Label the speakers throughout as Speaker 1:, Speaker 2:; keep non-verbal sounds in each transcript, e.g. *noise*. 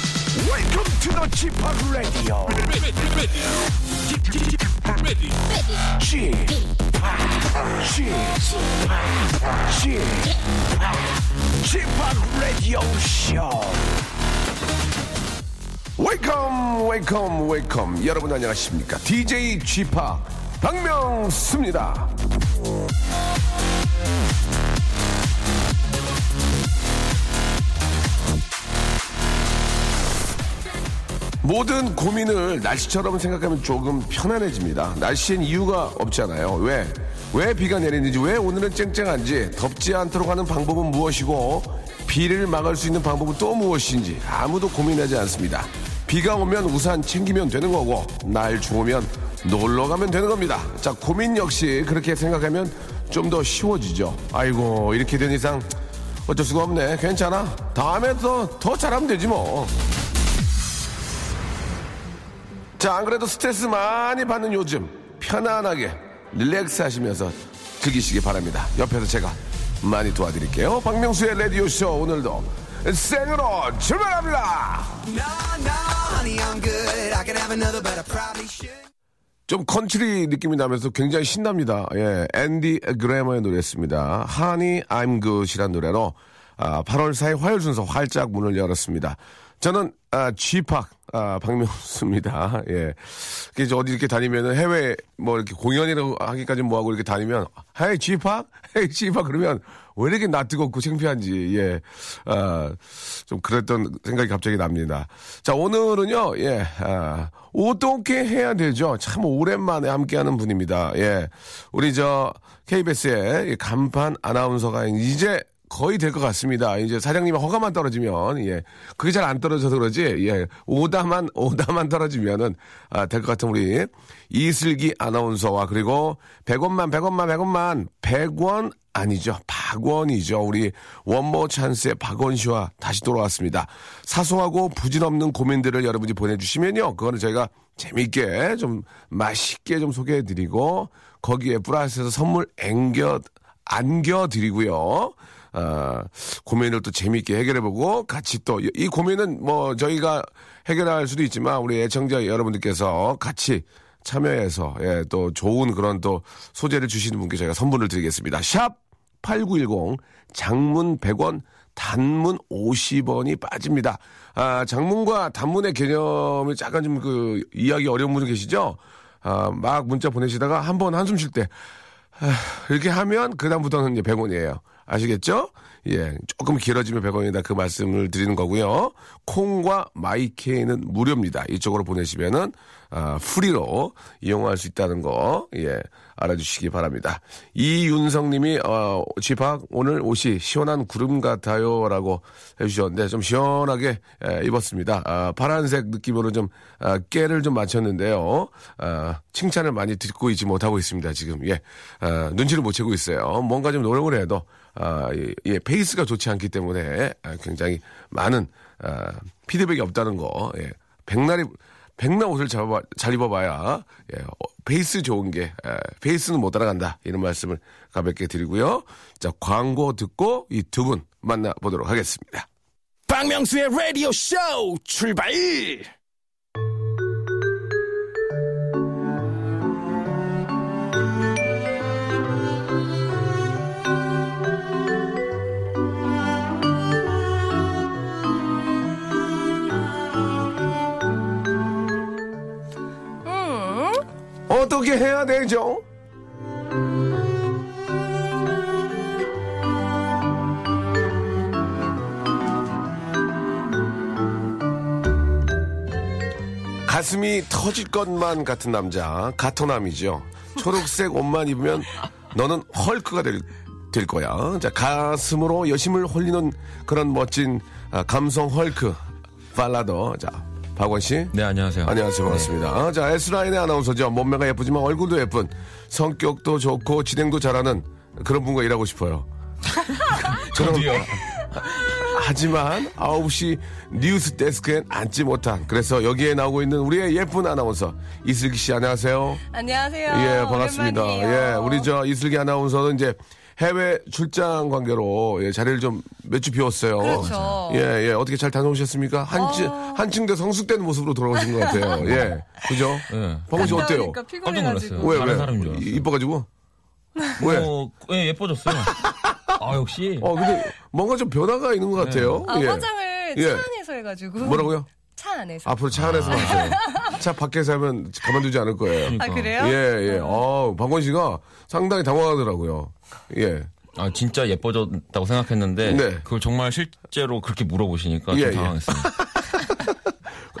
Speaker 1: Welcome to the g p o p Radio.
Speaker 2: ready, ready, ready, ready,
Speaker 1: g p o p g p g p o p Radio Show. Welcome, welcome, welcome. 여러분 안녕하십니까? DJ g p o p 박명수입니다. 모든 고민을 날씨처럼 생각하면 조금 편안해집니다. 날씨엔 이유가 없잖아요. 왜? 왜 비가 내리는지, 왜 오늘은 쨍쨍한지, 덥지 않도록 하는 방법은 무엇이고, 비를 막을 수 있는 방법은 또 무엇인지 아무도 고민하지 않습니다. 비가 오면 우산 챙기면 되는 거고, 날 좋으면 놀러 가면 되는 겁니다. 자, 고민 역시 그렇게 생각하면 좀 더 쉬워지죠. 아이고, 이렇게 된 이상 어쩔 수가 없네. 괜찮아. 다음에 또 더 잘하면 되지 뭐. 자, 안 그래도 스트레스 많이 받는 요즘 편안하게 릴렉스 하시면서 즐기시기 바랍니다. 옆에서 제가 많이 도와드릴게요. 박명수의 라디오쇼 오늘도 생으로 출발합니다!
Speaker 3: No, no, honey, I'm good. I could have another, but I probably should.
Speaker 1: 좀 컨트리 느낌이 나면서 굉장히 신납니다. 예, 앤디 그레머의 노래였습니다. Honey, I'm Good이란 노래로 아, 8월 4일 화요일 순서 활짝 문을 열었습니다. 저는 아, G팍 아, 박명수입니다. *laughs* 예, 이게 이제 어디 이렇게 다니면은 해외 뭐 이렇게 공연이라고 하기까지 뭐하고 이렇게 다니면 헤이 G팍, 헤이 G팍 그러면 왜 이렇게 나 뜨겁고 창피한지 예, 아, 좀 그랬던 생각이 갑자기 납니다. 자 오늘은요 예, 아, 어떻게 해야 되죠? 참 오랜만에 함께하는 분입니다. 예, 우리 저 KBS의 간판 아나운서가 이제 거의 될 것 같습니다. 이제 사장님의 허가만 떨어지면, 예. 그게 잘 안 떨어져서 그러지, 예. 오다만, 오다만 떨어지면은, 아, 될 것 같은 우리 이슬기 아나운서와 그리고 100원만, 100원만, 100원만, 100원 아니죠. 박원이죠. 우리 원모 찬스의 박원 씨와 다시 돌아왔습니다. 사소하고 부질없는 고민들을 여러분이 보내주시면요. 그거는 저희가 재밌게 좀 맛있게 좀 소개해드리고 거기에 플러스해서 선물 앵겨 안겨드리고요. 아, 고민을 또 재미있게 해결해보고 같이 또 이 고민은 뭐 저희가 해결할 수도 있지만 우리 애청자 여러분들께서 같이 참여해서 예, 또 좋은 그런 또 소재를 주시는 분께 저희가 선물을 드리겠습니다. 샵 8910 장문 100원 단문 50원이 빠집니다. 아, 장문과 단문의 개념이 약간 좀 그 이해하기 어려운 분들 계시죠? 아, 막 문자 보내시다가 한 번 한숨 쉴 때 이렇게 하면 그다음부터는 이제 100원이에요. 아시겠죠? 예. 조금 길어지면 100원이다. 그 말씀을 드리는 거고요. 콩과 마이케이는 무료입니다. 이쪽으로 보내시면은, 아, 프리로 이용할 수 있다는 거, 예. 알아주시기 바랍니다. 이윤성 님이, 어, 집합 오늘 옷이 시원한 구름 같아요. 라고 해주셨는데, 좀 시원하게 예, 입었습니다. 아, 파란색 느낌으로 좀, 아, 깨를 좀 맞췄는데요. 아, 칭찬을 많이 듣고 있지 못하고 있습니다. 지금, 예. 아, 눈치를 못 채고 있어요. 뭔가 좀 노력을 해도, 아, 예, 예, 페이스가 좋지 않기 때문에 아, 굉장히 많은 아, 피드백이 없다는 거. 예. 백날이 백날 옷을 잡아, 잘 입어봐야 예, 어, 베이스 좋은 게 예, 베이스는 못 따라간다 이런 말씀을 가볍게 드리고요. 자 광고 듣고 이 두 분 만나보도록 하겠습니다.
Speaker 4: 박명수의 라디오 쇼 출발!
Speaker 1: 어떻게 해야 되죠? 가슴이 터질 것만 같은 남자 가토남이죠. 초록색 옷만 입으면 너는 헐크가 될, 될 거야. 자 가슴으로 여심을 홀리는 그런 멋진 아, 감성 헐크 발라더 자 박원 씨.
Speaker 5: 네, 안녕하세요.
Speaker 1: 안녕하세요. 반갑습니다. 자, S라인의 아나운서죠. 몸매가 예쁘지만 얼굴도 예쁜, 성격도 좋고, 진행도 잘하는 그런 분과 일하고 싶어요. *laughs* 저도요. 하지만 9시 뉴스 데스크엔 앉지 못한 그래서 여기에 나오고 있는 우리의 예쁜 아나운서 이슬기 씨 안녕하세요.
Speaker 6: 안녕하세요.
Speaker 1: 예, 반갑습니다.
Speaker 6: 오랜만이에요.
Speaker 1: 예, 우리 저 이슬기 아나운서는 이제 해외 출장 관계로 예, 자리를 좀 몇 주 비웠어요.
Speaker 5: 그렇죠.
Speaker 1: 예, 예. 어떻게 잘 다녀오셨습니까? 한층, 한층 더 성숙된 모습으로 돌아오신 것 같아요. 예. 그죠?
Speaker 6: 예.
Speaker 1: 박원 씨 어때요?
Speaker 5: 그러니까
Speaker 6: 깜짝
Speaker 5: 피곤해가지고.
Speaker 6: 놀랐어요.
Speaker 1: 왜,
Speaker 6: 다른 사람인 줄
Speaker 1: 왜?
Speaker 6: 알았어요.
Speaker 1: 이뻐가지고?
Speaker 6: *laughs*
Speaker 1: 왜?
Speaker 6: 어, 예, 예뻐졌어요. 아, 역시.
Speaker 1: 네. 어, 근데 뭔가 좀 변화가 있는 것 같아요.
Speaker 6: 네.
Speaker 5: 아,
Speaker 1: 예.
Speaker 5: 화장을
Speaker 1: 예.
Speaker 5: 차 안에서 해가지고.
Speaker 1: 뭐라고요?
Speaker 5: *laughs*
Speaker 1: 아,
Speaker 5: 차 안에서.
Speaker 1: 앞으로 차 안에서
Speaker 6: 아.
Speaker 1: 하세요. 차 밖에서 하면 가만두지 않을 거예요.
Speaker 5: 아,
Speaker 6: 그러니까.
Speaker 5: 그래요?
Speaker 1: 예, 예. 어, 박원 씨가 상당히 당황하더라고요. 예.
Speaker 6: 아, 진짜 예뻐졌다고 생각했는데
Speaker 1: 네.
Speaker 6: 그걸 정말 실제로 그렇게 물어보시니까
Speaker 1: 예,
Speaker 6: 좀
Speaker 1: 예.
Speaker 6: 당황했어요.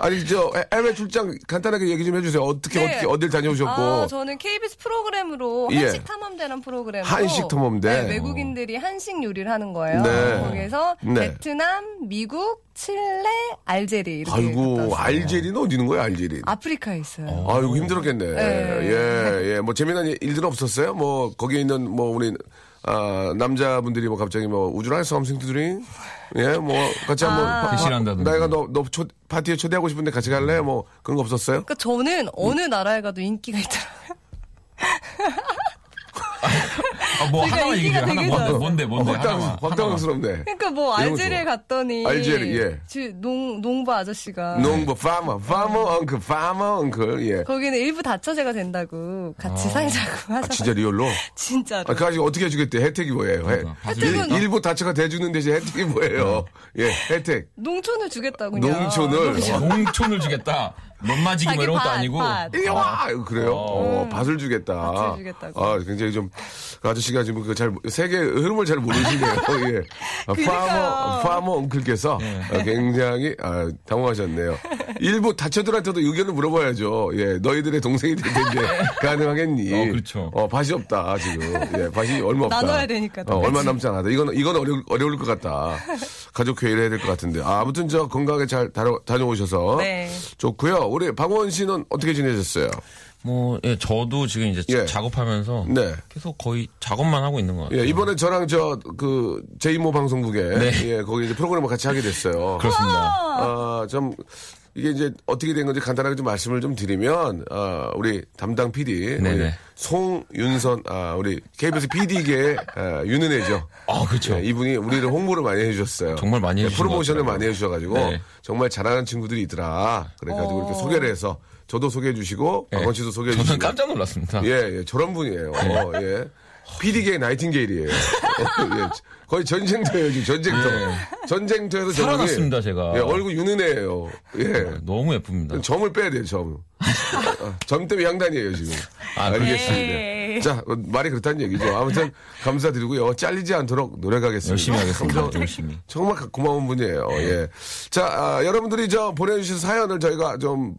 Speaker 1: *laughs* 아니, 저 해- 해외 출장 간단하게 얘기 좀 해주세요. 어떻게,
Speaker 5: 네.
Speaker 1: 어떻게, 어딜 다녀오셨고.
Speaker 5: 아, 저는 KBS 프로그램으로
Speaker 1: 예.
Speaker 5: 한식 탐험대라는 프로그램으로
Speaker 1: 한식 탐험대?
Speaker 5: 네, 외국인들이 한식 요리를 하는 거예요.
Speaker 1: 네.
Speaker 5: 거기에서
Speaker 1: 네.
Speaker 5: 베트남, 미국, 칠레, 알제리 이렇게 갔다
Speaker 1: 아이고,
Speaker 5: 왔어요.
Speaker 1: 알제리는 어디 있는 거예요, 알제리? 아,
Speaker 5: 아프리카에 있어요.
Speaker 1: 아이고, 힘들었겠네. 예, 예. 뭐, 재미난 일들은 없었어요? 뭐, 거기에 있는, 뭐, 우리, 아, 남자분들이 뭐, 갑자기 뭐, 우주라이 썸씽투드링? 예, 뭐, 같이 한번.
Speaker 5: 아.
Speaker 1: 파- 파-
Speaker 6: 대신한다든지.
Speaker 1: 내가 너, 너 초, 파티에 초대하고 싶은데 같이 갈래? 뭐, 그런 거 없었어요?
Speaker 5: 그러니까 저는 어느 나라에 가도 인기가 있더라고요. *laughs*
Speaker 6: 아, 뭐 하나만
Speaker 5: 제가 그러니까 인기가
Speaker 6: 얘기해요. 하나
Speaker 5: 되게
Speaker 6: 뭐,
Speaker 5: 좋아서.
Speaker 6: 뭔데 뭔데 하나만.
Speaker 1: 어, 황당, 황스럽네
Speaker 5: 그러니까 뭐
Speaker 1: 이런 거
Speaker 5: 알제리에
Speaker 1: 좋아.
Speaker 5: 갔더니
Speaker 1: 알제리, 예. 네.
Speaker 5: 지- 농 농부 아저씨가
Speaker 1: 농부, 파머, 파머, 엉클, 파머, 엉클, 예.
Speaker 5: 거기는 일부 다처제가 된다고 같이 살자고
Speaker 1: 아,
Speaker 5: 하잖아요.
Speaker 1: 진짜 리얼로?
Speaker 5: 진짜로.
Speaker 1: 아, 그 아직 어떻게 해주겠대? 혜택이 뭐예요? 혜,
Speaker 6: 그러니까.
Speaker 5: 혜택은-
Speaker 1: 일, 일부 다처가 돼주는 대신 혜택이 뭐예요?
Speaker 6: 네.
Speaker 1: 예, 혜택.
Speaker 5: 농촌을 주겠다고 그냥.
Speaker 1: 농촌을. 어,
Speaker 6: 아, 농촌을 주겠다. 넘마지기 뭐
Speaker 5: 자기
Speaker 6: 이런 것도
Speaker 5: 밭,
Speaker 6: 아니고.
Speaker 5: 밭.
Speaker 1: 이리 와! 그래요? 어, 밭을 주겠다.
Speaker 5: 밭을 주겠다고.
Speaker 1: 아, 굉장히 좀, 그 아저씨가 지금 그 잘, 세계 흐름을 잘
Speaker 5: *laughs*
Speaker 1: 모르시네요. 예. 아, 파머,
Speaker 5: 그러니까요.
Speaker 1: 파머 엉클께서
Speaker 6: 네.
Speaker 1: 아, 굉장히, 아, 당황하셨네요. 일부 다처들한테도 의견을 물어봐야죠. 예, 너희들의 동생이 될 텐데 가능하겠니?
Speaker 6: 네. 어, 그렇죠.
Speaker 1: 어, 밭이 없다, 지금. 예, 밭이 얼마 없다.
Speaker 5: 나눠야 되니까,
Speaker 1: 어,
Speaker 5: 똑같이.
Speaker 1: 얼마 남지 않았다. 이건, 이건 어려, 어려울 것 같다. 가족 회의를 해야 될 것 같은데. 아, 아무튼 저 건강하게 잘 다녀, 다녀오셔서.
Speaker 5: 네.
Speaker 1: 좋고요. 우리 박원 씨는 어떻게 지내셨어요?
Speaker 6: 뭐 예, 저도 지금 이제
Speaker 1: 예.
Speaker 6: 작업하면서
Speaker 1: 네.
Speaker 6: 계속 거의 작업만 하고 있는 것 같아요.
Speaker 1: 예, 이번에 저랑 저 그 제2모 방송국에 예, 거기 이제 프로그램을 같이 하게 됐어요.
Speaker 6: 네. 그렇습니다.
Speaker 1: 아, 좀 이게 이제 어떻게 된 건지 간단하게 좀 말씀을 좀 드리면 아, 우리 담당 PD
Speaker 6: 네네.
Speaker 1: 우리 송윤선 아, 우리 KBS PD계 아, 윤은혜죠.
Speaker 6: 아, 그렇죠.
Speaker 1: 예, 이분이 우리를 홍보를 많이 해주셨어요.
Speaker 6: 정말 많이
Speaker 1: 예,
Speaker 6: 해주신
Speaker 1: 프로모션을
Speaker 6: 것 같더라고요.
Speaker 1: 많이 해주셔가지고
Speaker 6: 네.
Speaker 1: 정말 잘하는 친구들이 있더라. 그래가지고 이렇게 소개를 해서 저도 소개해주시고
Speaker 6: 예.
Speaker 1: 박원 씨도
Speaker 6: 저는
Speaker 1: 소개해주시고
Speaker 6: 깜짝 네. 놀랐습니다.
Speaker 1: 예, 예, 저런 분이에요. 어, 예. PD계
Speaker 6: *laughs*
Speaker 1: 나이팅게일이에요. 어, 예. 거의 전쟁터예요, 지금 전쟁터. 전쟁터에서 저분이-
Speaker 6: 네. 살아났습니다, 제가. 네.
Speaker 1: 예, 얼굴 윤은혜예요. 예.
Speaker 6: 너무 예쁩니다.
Speaker 1: 점을 빼야 돼요,
Speaker 6: *laughs*
Speaker 1: 점. 아, 점 때문에 양단이에요, 지금.
Speaker 6: 아,
Speaker 1: 알겠습니다.
Speaker 5: 예.
Speaker 1: 자, 어, 말이 그렇다는 얘기죠. 아무튼 감사드리고요. 잘리지 않도록 노력하겠습니다.
Speaker 6: 열심히 하겠습니다.
Speaker 1: 감사-
Speaker 6: 열심히.
Speaker 1: 정말 가- 고마운 분이에요. 예. 자, 아, 여러분들이 저 보내주신 사연을 저희가 좀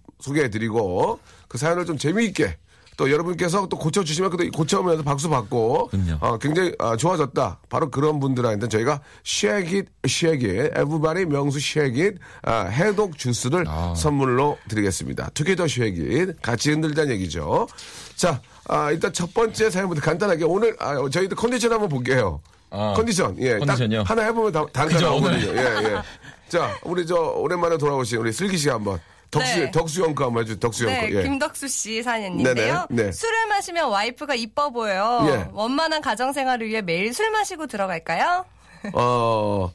Speaker 1: 소개해드리고 그 사연을 좀 재미있게 또 여러분께서 또 고쳐주시면 그 고쳐오면서 박수 받고
Speaker 6: 그럼요.
Speaker 1: 아, 굉장히 아, 좋아졌다. 바로 그런 분들한테 저희가 shake it, shake it, everybody 명수 shake it 아, 해독 주스를
Speaker 6: 아.
Speaker 1: 선물로 드리겠습니다. 투게더 shake it 같이 흔들다는 얘기죠. 자, 아, 일단 첫 번째 사연부터 간단하게 오늘 아, 저희도 컨디션 한번 볼게요.
Speaker 6: 아,
Speaker 1: 컨디션 예, 딱
Speaker 6: 컨디션이요?
Speaker 1: 하나 해보면 다, 다른 거
Speaker 6: 그죠,
Speaker 1: 나오거든요. 예, 예. 자, 우리 저 오랜만에 돌아오신 우리 슬기 씨 한번 덕수
Speaker 5: 네.
Speaker 1: 덕수 형거 한번 해주 덕수 형
Speaker 5: 네,
Speaker 1: 거. 예.
Speaker 5: 김덕수 씨 사연인데요.
Speaker 1: 네네, 네.
Speaker 5: 술을 마시면 와이프가 이뻐 보여요.
Speaker 1: 예.
Speaker 5: 원만한 가정 생활을 위해 매일 술 마시고 들어갈까요?
Speaker 1: 어,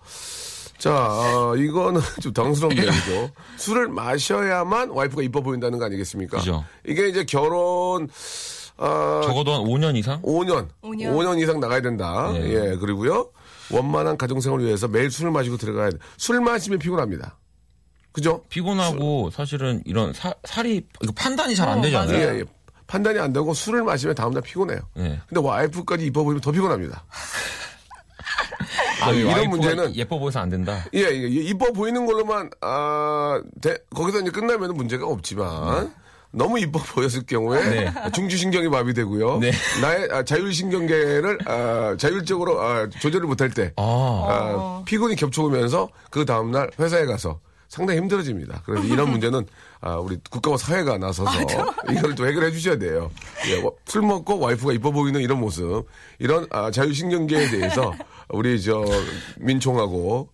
Speaker 1: 자, 어, 이거는 *laughs* 좀 당스럽네요, 죠 술을 마셔야만 와이프가 이뻐 보인다는 거 아니겠습니까?
Speaker 6: 그죠.
Speaker 1: 이게 이제 결혼, 어,
Speaker 6: 적어도 한 5년 이상?
Speaker 1: 5년,
Speaker 5: 5년.
Speaker 1: 5년 이상 나가야 된다.
Speaker 6: 네.
Speaker 1: 예, 그리고요. 원만한 가정생활을 위해서 매일 술을 마시고 들어가야 돼. 술 마시면 피곤합니다. 그죠?
Speaker 6: 피곤하고 사실은 이런 사- 살이 이거 판단이 잘 안
Speaker 5: 어,
Speaker 6: 되지 않아요?
Speaker 1: 예, 예. 판단이 안 되고 술을 마시면 다음날 피곤해요.
Speaker 6: 네.
Speaker 1: 근데 와이프까지 이뻐 보이면 더 피곤합니다.
Speaker 6: 아,
Speaker 1: 이런
Speaker 6: 와이프가
Speaker 1: 문제는-
Speaker 6: 예뻐 보여서 안 된다.
Speaker 1: 예, 예, 예, 이뻐 보이는 걸로만 아 대- 거기서 이제 끝나면 문제가 없지만 너무 이뻐 보였을 경우에 중추신경이 마비되고요.
Speaker 6: 네.
Speaker 1: 나의 아, 자율신경계를 아, 자율적으로 아, 조절을 못할 때
Speaker 6: 아,
Speaker 1: 아, 피곤이 겹쳐오면서 그 다음날 회사에 가서 상당히 힘들어집니다. 그래서 이런 문제는 아, 우리 국가와 사회가 나서서 이걸 또 해결해 주셔야 돼요. 예, 와- 술 먹고 와이프가 이뻐 보이는 이런 모습, 이런 아, 자율신경계에 대해서 우리 저 민총하고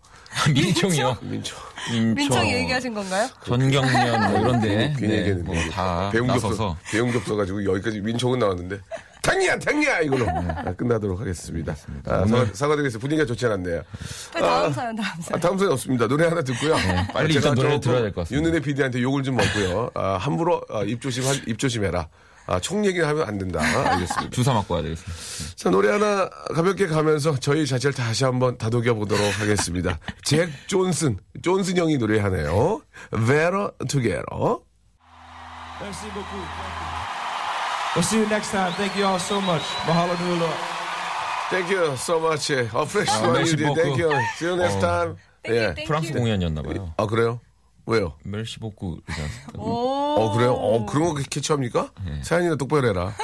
Speaker 6: 민총이요.
Speaker 1: 아, 민총
Speaker 5: 민청 이 얘기하신 건가요?
Speaker 6: 전경련 뭐 이런데
Speaker 1: *laughs* 괜히 얘기했는데
Speaker 6: 뭐 다
Speaker 1: 배운 게
Speaker 6: 나서서
Speaker 1: 없어 배운 게 없어가지고 여기까지 민촉은 나왔는데 탱이야, 탱이야! 이걸로 아, 끝나도록 하겠습니다. 아, 사과, 사과드리겠습니다. 분위기가 좋지 않았네요.
Speaker 5: 빨리 다음 사연 다음 사연.
Speaker 1: 아, 다음 소리 없습니다. 노래 하나 듣고요.
Speaker 6: 네. 빨리 일단 노래를 들어야 될것 같습니다.
Speaker 1: 윤은혜 PD한테 욕을 좀 먹고요. 아, 함부로 아, 입 조심, 입 조심해라. 아, 총 얘기를 하면 안 된다. 알겠습니다.
Speaker 6: 주사 맞고 와야 되겠습니다.
Speaker 1: 자, 노래 하나 가볍게 가면서 저희 자체를 다시 한번 다독여 보도록 하겠습니다. 잭 존슨, 존슨 형이 노래하네요. Better Together.
Speaker 7: Merci beaucoup. We'll see you next time. Thank you all so much. Mahalo nui loa.
Speaker 1: Thank you so much. 예, A fresh
Speaker 6: 아,
Speaker 1: one you
Speaker 6: 멜시
Speaker 1: did. Thank you.
Speaker 6: 버크.
Speaker 1: See you next
Speaker 6: 어.
Speaker 1: time. 예.
Speaker 6: 프랑스 공연이었나 봐요.
Speaker 1: 아, 그래요? 왜요?
Speaker 6: 멜시보쿠 그지 않습니까?
Speaker 1: 어, 그래요? 어, 그런 거 캐치합니까? 사연이나 똑바로 해라.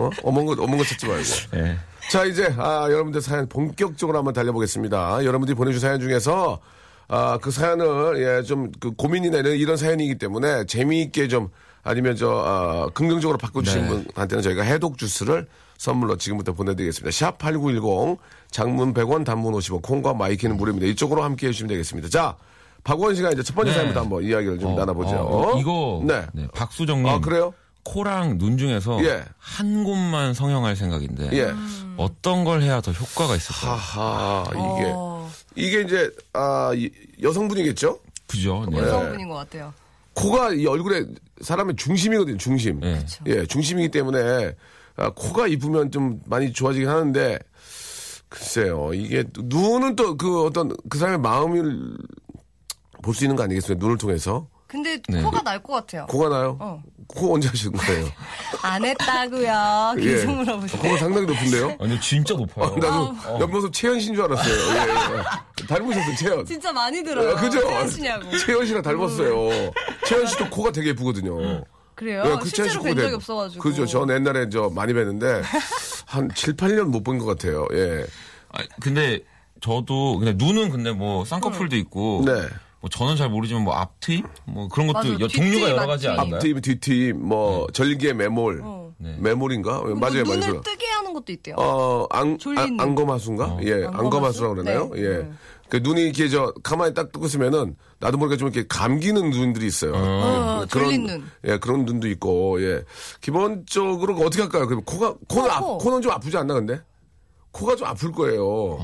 Speaker 1: 어? 어먼 거, 어먼 거 찾지 말고.
Speaker 6: 예.
Speaker 1: 자, 이제, 아, 여러분들 사연 본격적으로 한번 달려보겠습니다. 여러분들이 보내준 사연 중에서, 아, 그 사연을, 예, 좀, 그 고민이나 이런, 이런 사연이기 때문에 재미있게 좀, 아니면 저, 아, 긍정적으로 바꿔주신
Speaker 6: 네.
Speaker 1: 분한테는 저희가 해독 주스를 선물로 지금부터 보내드리겠습니다. 샵 8910, 장문 100원, 단문 50원, 콩과 마이키는 무료입니다. 이쪽으로 함께 해주시면 되겠습니다. 자, 박원 씨가 이제 첫 번째
Speaker 6: 네.
Speaker 1: 사연부터 한번 이야기를 좀
Speaker 6: 어,
Speaker 1: 나눠보죠.
Speaker 6: 어, 이거
Speaker 1: 네.
Speaker 6: 네, 박수정님.
Speaker 1: 아, 그래요?
Speaker 6: 코랑 눈 중에서
Speaker 1: 예.
Speaker 6: 한 곳만 성형할 생각인데
Speaker 1: 예.
Speaker 6: 어떤 걸 해야 더 효과가 있을까?
Speaker 1: 하하 이게
Speaker 5: 어,
Speaker 1: 이게 이제 아 이- 여성분이겠죠?
Speaker 6: 그죠? 네.
Speaker 5: 여성분인 것 같아요.
Speaker 1: 코가 이 얼굴에 사람의 중심이거든요. 중심.
Speaker 6: 예.
Speaker 1: 예, 중심이기 때문에 아, 코가 이쁘면 좀 많이 좋아지긴 하는데 글쎄요. 이게 또 눈은 또 그 어떤 그 사람의 마음을 볼 수 있는 거 아니겠어요? 눈을 통해서
Speaker 5: 근데
Speaker 6: 네.
Speaker 5: 코가 날 것 같아요.
Speaker 1: 코가 나요.
Speaker 5: 어.
Speaker 1: 코 언제 하시는 거예요?
Speaker 5: 안 했다고요. *laughs* 계속 물어보세요.
Speaker 1: 예. 아,
Speaker 5: 어.
Speaker 1: 코가 상당히 높은데요.
Speaker 6: 아니 진짜 높아요.
Speaker 1: 네. 나도 옆모습 최현신 줄 알았어요. 예, 예. 닮으셨어요, 최현.
Speaker 5: 진짜 많이 들어요.
Speaker 1: 아, 그죠?
Speaker 5: 태연씨냐고. 음.
Speaker 1: 채연 씨랑 닮았어요. 채연 씨도 코가 되게 예쁘거든요.
Speaker 5: 그래요?
Speaker 1: 예, 그 채연 씨
Speaker 5: 어, 실제로
Speaker 1: 코가
Speaker 5: 뵌 적이
Speaker 1: 되게-
Speaker 5: 없어가지고.
Speaker 1: 그죠. 전 옛날에 저 많이 뵀는데 한 7, 8년 못 본 것 같아요. 예.
Speaker 6: 아, 근데 저도 근데 눈은 근데 뭐 쌍꺼풀도 있고
Speaker 1: 네.
Speaker 6: 뭐 저는 잘 모르지만 뭐 앞트임 뭐 그런 것도
Speaker 5: 맞아요.
Speaker 6: 여-
Speaker 5: 뒷트임,
Speaker 6: 종류가 여러 가지
Speaker 5: 앞트임.
Speaker 6: 아닌가요?
Speaker 1: 앞팀, 뒷팀, 뭐 절개 매몰,
Speaker 6: 네.
Speaker 1: 매몰인가?
Speaker 5: 어. 그
Speaker 1: 맞아요,
Speaker 5: 눈을
Speaker 1: 맞아요.
Speaker 5: 뜨게 하는 것도 있대요.
Speaker 1: 어, 앙,
Speaker 5: 졸리는.
Speaker 1: 아, 안검하수인가? 예,
Speaker 5: 안검하수?
Speaker 1: 안검하수라고 그러나요?
Speaker 5: 네.
Speaker 1: 예.
Speaker 5: 네.
Speaker 1: 그 눈이 이렇게 저 가만히 딱 뜨고 있으면은 나도 모르게 좀 이렇게 감기는 눈들이 있어요.
Speaker 5: 어, 졸린 눈.
Speaker 1: 예, 그런 눈도 있고, 예. 기본적으로 어떻게 할까요? 그럼 코가, 코는,
Speaker 5: 코,
Speaker 1: 아,
Speaker 5: 코.
Speaker 1: 코는 좀 아프지 않나, 근데? 코가 좀 아플 거예요.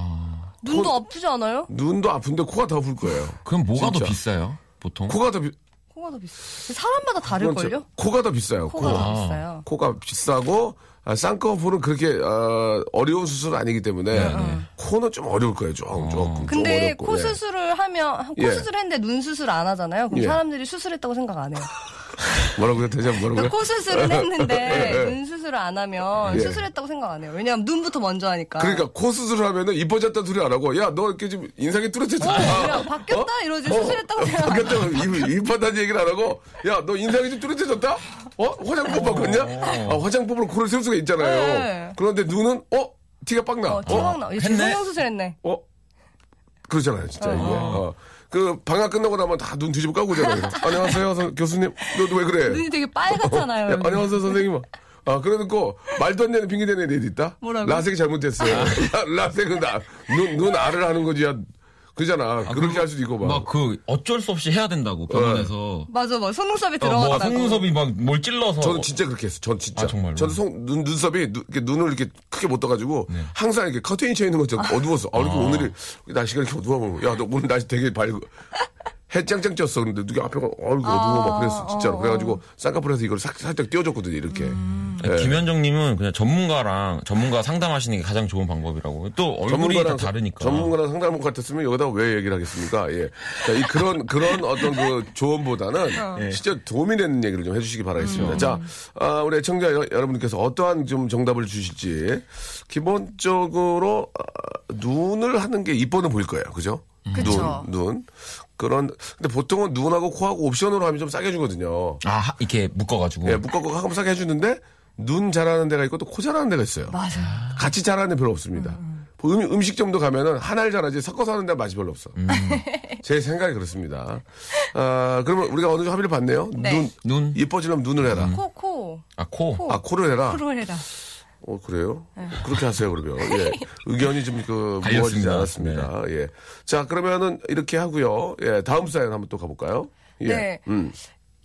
Speaker 5: 눈도 아프지 않아요?
Speaker 1: 눈도 아픈데 코가 더 아플 거예요.
Speaker 6: 그럼 뭐가
Speaker 1: 진짜.
Speaker 6: 더 비싸요? 보통?
Speaker 1: 코가 더, 비, 그렇죠.
Speaker 5: 코가 더 비싸. 사람마다 다를걸요?
Speaker 1: 코가 더 비싸요,
Speaker 5: 네, 코가
Speaker 1: 코.
Speaker 5: 더 비싸요.
Speaker 1: 코가 비싸고 아, 쌍꺼풀은 그렇게 어, 어려운 수술 아니기 때문에 코는 좀 어려울 거예요. 좀 조금 좀
Speaker 5: 근데
Speaker 1: 어렵고,
Speaker 5: 코
Speaker 1: 예.
Speaker 5: 수술을 하면 코
Speaker 1: 예.
Speaker 5: 수술했는데 눈 수술 안 하잖아요. 그럼
Speaker 1: 예.
Speaker 5: 사람들이 수술했다고 생각 안
Speaker 1: *laughs*
Speaker 5: 해요.
Speaker 1: 뭐라고요? 대체 뭐라고요?
Speaker 5: 그러니까 코 수술은 했는데 눈 수술을 안 하면
Speaker 1: 예.
Speaker 5: 수술했다고 생각 안 해요. 왜냐하면 눈부터 먼저 하니까.
Speaker 1: 그러니까 코 수술을 하면은 이뻐졌다 소리 안 하고 야 너 이렇게 지금 인상이 뚜렷해졌다.
Speaker 5: 어, 그냥 바뀌었다 이러지 수술했다고 생각 안 해요.
Speaker 1: 어? 바뀌었다고 이뻐다는 얘기를 안 하고 야 너 인상이 좀 뚜렷해졌다. 어 화장법 바꿨냐? 아, 화장법으로 코를 세울 수가 있잖아요.
Speaker 5: 네.
Speaker 1: 그런데 눈은 어 티가 빡 나.
Speaker 5: 어, 대박 나. 얘 지금 성형 수술했네.
Speaker 1: 어? 그러잖아요, 진짜 이게. 어. 그 방학 끝나고 나면 다 눈 뒤집어 까고 오잖아요.
Speaker 5: *laughs*
Speaker 1: 안녕하세요, 선- 교수님. 너 왜 그래?
Speaker 5: 눈이 음. 되게
Speaker 1: 야,
Speaker 5: 빨갛잖아요. 여기.
Speaker 1: 안녕하세요, 선생님. 아, 그래놓고 말도 안 되는 핑계 대는 애들 있다.
Speaker 5: 뭐라고? 아.
Speaker 1: 라섹이 잘못됐어요. *laughs* 라- 라섹은 나, 눈, 눈 알을 하는 거지. 야. 그잖아. 그렇게 할 수도 있고 막.
Speaker 6: 막 그 어쩔 수 없이 해야 된다고
Speaker 1: 네.
Speaker 6: 병원에서
Speaker 5: 맞아, 맞아. 속눈썹에
Speaker 6: 어, 뭐
Speaker 5: 들어갔다고.
Speaker 6: 속눈썹이 막 뭘 찔러서
Speaker 1: 저는 진짜 그렇게 했어요. 전 진짜.
Speaker 6: 아, 정말로?
Speaker 1: 저는 속, 눈, 눈썹이 눈, 이렇게 눈을 이렇게 크게 못 떠가지고 항상 이렇게 커튼이 쳐 있는 것처럼 어두웠어. 아, 이렇게 오늘이 날씨가 이렇게 어두워 보면 야, 너 오늘 날씨 되게 밝고. 해 짱짱 쪘어. 근데 누가 앞에가 얼굴 어두워 막 그랬어. 진짜로. 그래가지고 쌍꺼풀에서 이걸 싹, 살짝 띄워줬거든요. 이렇게.
Speaker 6: 아,
Speaker 1: 예. 네.
Speaker 6: 김현정님은 그냥 전문가랑 전문가 상담하시는 게 가장 좋은 방법이라고 또 얼굴이 다
Speaker 1: 사-
Speaker 6: 다르니까
Speaker 1: 전문가랑 상담을 같았으면 여기다 왜 얘기를 하겠습니까? 예. 자, 이 그런, 그런 어떤 그 조언보다는
Speaker 5: 어.
Speaker 6: 예.
Speaker 1: 진짜 도움이 되는 얘기를 좀 해주시기
Speaker 5: 음.
Speaker 1: 바라겠습니다. 자, 아, 우리 청자 여러분께서 어떠한 좀 정답을 주실지 기본적으로 아, 눈을 하는 게 이뻐는 보일 거예요. 그죠?
Speaker 5: 그쵸.
Speaker 1: 눈, 눈. 그런, 근데 보통은 눈하고 코하고 옵션으로 하면 좀 싸게 해주거든요.
Speaker 6: 아 하- 이렇게 묶어가지고
Speaker 1: 예, 묶어고 하면 싸게 해주는데 눈 잘하는 데가 있고 또 코 잘하는 데가 있어요.
Speaker 5: 맞아.
Speaker 1: 같이 잘하는 데 별로 없습니다. 음, 음식점도 가면은 하나를 잘하지 섞어서 하는 데 맛이 별로 없어.
Speaker 6: 음.
Speaker 1: *laughs* 제 생각이 그렇습니다. 아, 그러면 우리가 어느 정도 합의를 봤네요.
Speaker 5: 네.
Speaker 1: 눈,
Speaker 6: 눈,
Speaker 1: 이뻐지려면 눈을 해라.
Speaker 5: 코, 코.
Speaker 6: 아, 코,
Speaker 5: 코.
Speaker 1: 아, 코를 해라.
Speaker 5: 코로 해라.
Speaker 1: 어, 그래요? 그렇게 하세요, 그러면. *laughs* 예. 의견이 좀, 그,
Speaker 6: 갈렸습니다. 네.
Speaker 1: 모아지지 않았습니다. 예. 자, 그러면은 이렇게 하고요. 예, 다음 사연 한번 또 가볼까요? 예.
Speaker 5: 네.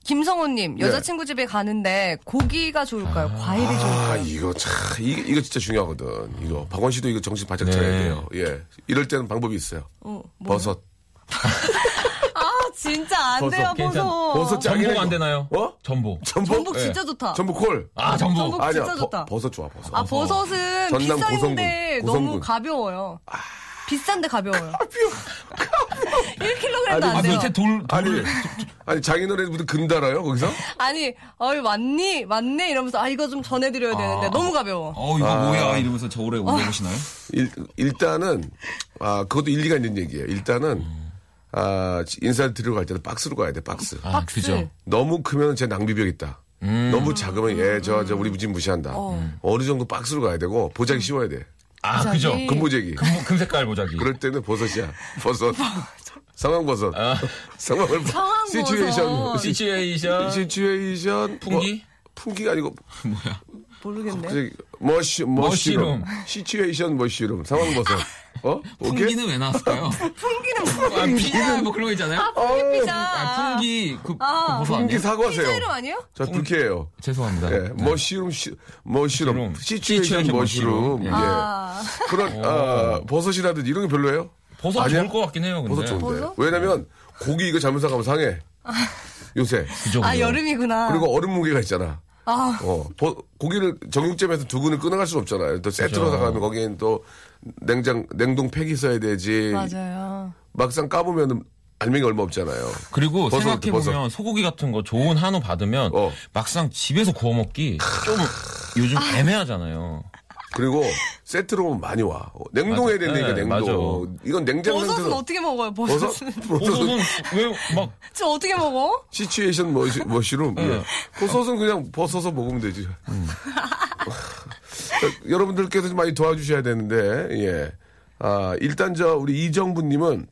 Speaker 5: 김성호님 여자친구 집에 가는데 고기가 좋을까요? 과일이
Speaker 1: 아,
Speaker 5: 좋을까요?
Speaker 1: 이거 참, 이, 이거 진짜 중요하거든. 이거. 박원 씨도 이거 정신 바짝 차려야
Speaker 6: 네.
Speaker 1: 돼요. 예. 이럴 때는 방법이 있어요.
Speaker 5: 어, 뭐요?
Speaker 1: 버섯.
Speaker 5: 아 진짜 안 돼요
Speaker 6: 버섯, 괜찮-
Speaker 5: 버섯.
Speaker 1: 버섯 짱이네.
Speaker 6: 전복 안
Speaker 1: 이거.
Speaker 6: 되나요?
Speaker 1: 어?
Speaker 6: 전복.
Speaker 1: 전복?
Speaker 5: 전복 진짜 좋다.
Speaker 1: 전복 콜.
Speaker 6: 아 전복.
Speaker 5: 전복.
Speaker 1: 아니야.
Speaker 5: 진짜 좋다.
Speaker 1: 버, 섯 좋아, 버섯.
Speaker 5: 아 버섯은
Speaker 1: 전남
Speaker 5: 비싼데
Speaker 1: 고성군,
Speaker 5: 너무
Speaker 1: 고성군. 아.
Speaker 5: 가벼워요.
Speaker 1: *laughs*
Speaker 5: 비싼데 가벼워요.
Speaker 1: 아니,
Speaker 5: 1kg도
Speaker 6: 아
Speaker 5: 안 돼요.
Speaker 6: 밑에 돌
Speaker 1: 아니, *laughs*
Speaker 6: 돌을
Speaker 1: 아니, 장인어른이 무슨 금 달아요, 거기서?
Speaker 5: 아니, 어이, 맞니? 맞네? 이러면서, 아, 이거 좀 전해드려야 되는데, 너무 가벼워.
Speaker 6: 어 이거
Speaker 1: 아.
Speaker 6: 뭐야 이러면서 저 오래 오래 보시나요?
Speaker 1: 일, 일단은, 아, 그것도 일리가 있는 얘기예요. 일단은, 아, 인사를 드리러 갈 때는 박스로 가야 돼, 박스.
Speaker 6: 아,
Speaker 5: 박스.
Speaker 6: 그죠.
Speaker 1: 너무 크면 제 낭비벽 있다. 너무 작으면 얘, 저, 저, 우리 무진 무시한다. 어느 정도 박스로 가야 되고,
Speaker 5: 음.
Speaker 1: 보자기 씌워야 돼.
Speaker 6: 아 그죠.
Speaker 5: 저기-
Speaker 6: 금,
Speaker 1: 금보자기.
Speaker 6: 금- 금색깔 보자기.
Speaker 1: 그럴 때는 버섯이야. 버섯. 상황 버섯. *laughs* 상황을 버-
Speaker 5: 어. 상황
Speaker 1: 시츄에이션.
Speaker 5: 버섯.
Speaker 6: 시츄에이션
Speaker 1: 시츄에이션.
Speaker 6: 풍기?
Speaker 1: 뭐, 풍기가 아니고
Speaker 6: 뭐야?
Speaker 5: 모르겠네.
Speaker 1: 저기 머쉬 머쉬룸.
Speaker 6: 머쉬룸.
Speaker 1: 시츄에이션 머쉬룸. 상황 버섯. 어? 오케이.
Speaker 6: 풍기는 왜
Speaker 1: *laughs*
Speaker 6: 나왔을까요? 풍기는 아, 피자 뭐 그런 거 있잖아요.
Speaker 5: 아, 풍기 피자.
Speaker 6: 아, 풍기 그,
Speaker 5: 아,
Speaker 6: 그 보소
Speaker 1: 풍기
Speaker 6: 아니에요?
Speaker 1: 사과하세요. 예.
Speaker 5: 피자 이름 아니에요?
Speaker 1: 저 불쾌해요.
Speaker 6: 죄송합니다. 네.
Speaker 1: 예, 머쉬룸 시, 머쉬룸.
Speaker 6: 머쉬룸.
Speaker 1: 시츄에이션
Speaker 6: 시츄에이션
Speaker 1: 머쉬룸.
Speaker 6: 머쉬룸.
Speaker 1: 예.
Speaker 5: 아,
Speaker 1: 그런 아, 버섯이라든지 이런 게 별로예요?
Speaker 6: 보소
Speaker 1: 아니야?
Speaker 6: 좋을 것 같긴 해요. 근데.
Speaker 1: 버섯 좋은데.
Speaker 5: 버섯?
Speaker 1: 왜냐면 고기 이거 잘못 사가면
Speaker 5: *laughs*
Speaker 1: 상해. 요새.
Speaker 6: 그죠,
Speaker 5: 아,
Speaker 6: 그죠.
Speaker 5: 여름이구나.
Speaker 1: 그리고 얼음 무게가 있잖아.
Speaker 5: 아,
Speaker 1: 어, 보- 고기를 정육점에서 두근을 끊어갈 수 없잖아요. 또 세트로
Speaker 6: 그죠.
Speaker 1: 사가면 거기엔 또 냉장 냉동 팩이 있어야 되지.
Speaker 5: 맞아요.
Speaker 1: 막상 까보면 알맹이 얼마 없잖아요.
Speaker 6: 그리고
Speaker 1: 버섯
Speaker 6: 생각해 보면 소고기 같은 거 좋은 한우 받으면
Speaker 1: 어.
Speaker 6: 막상 집에서 구워 먹기 좀 요즘 애매하잖아요.
Speaker 1: *laughs* 그리고 세트로 많이 와. 어, 냉동해야
Speaker 6: 맞아.
Speaker 1: 되니까
Speaker 6: 네,
Speaker 1: 냉동. 이건 냉장
Speaker 5: 버섯은
Speaker 1: 상태로
Speaker 5: 어떻게 먹어요,
Speaker 1: 버섯
Speaker 5: *laughs* 버섯은?
Speaker 1: 버섯은
Speaker 6: 버섯은 왜막
Speaker 5: 저 어떻게 먹어?
Speaker 1: 시츄에이션 머시, 머시룸.
Speaker 6: 네.
Speaker 1: 예. 버섯은 그냥 벗어서 먹으면 되지.
Speaker 6: 음.
Speaker 1: *laughs* 여러분들께서 좀 많이 도와주셔야 되는데, 예. 아, 일단 저 우리 이정부님은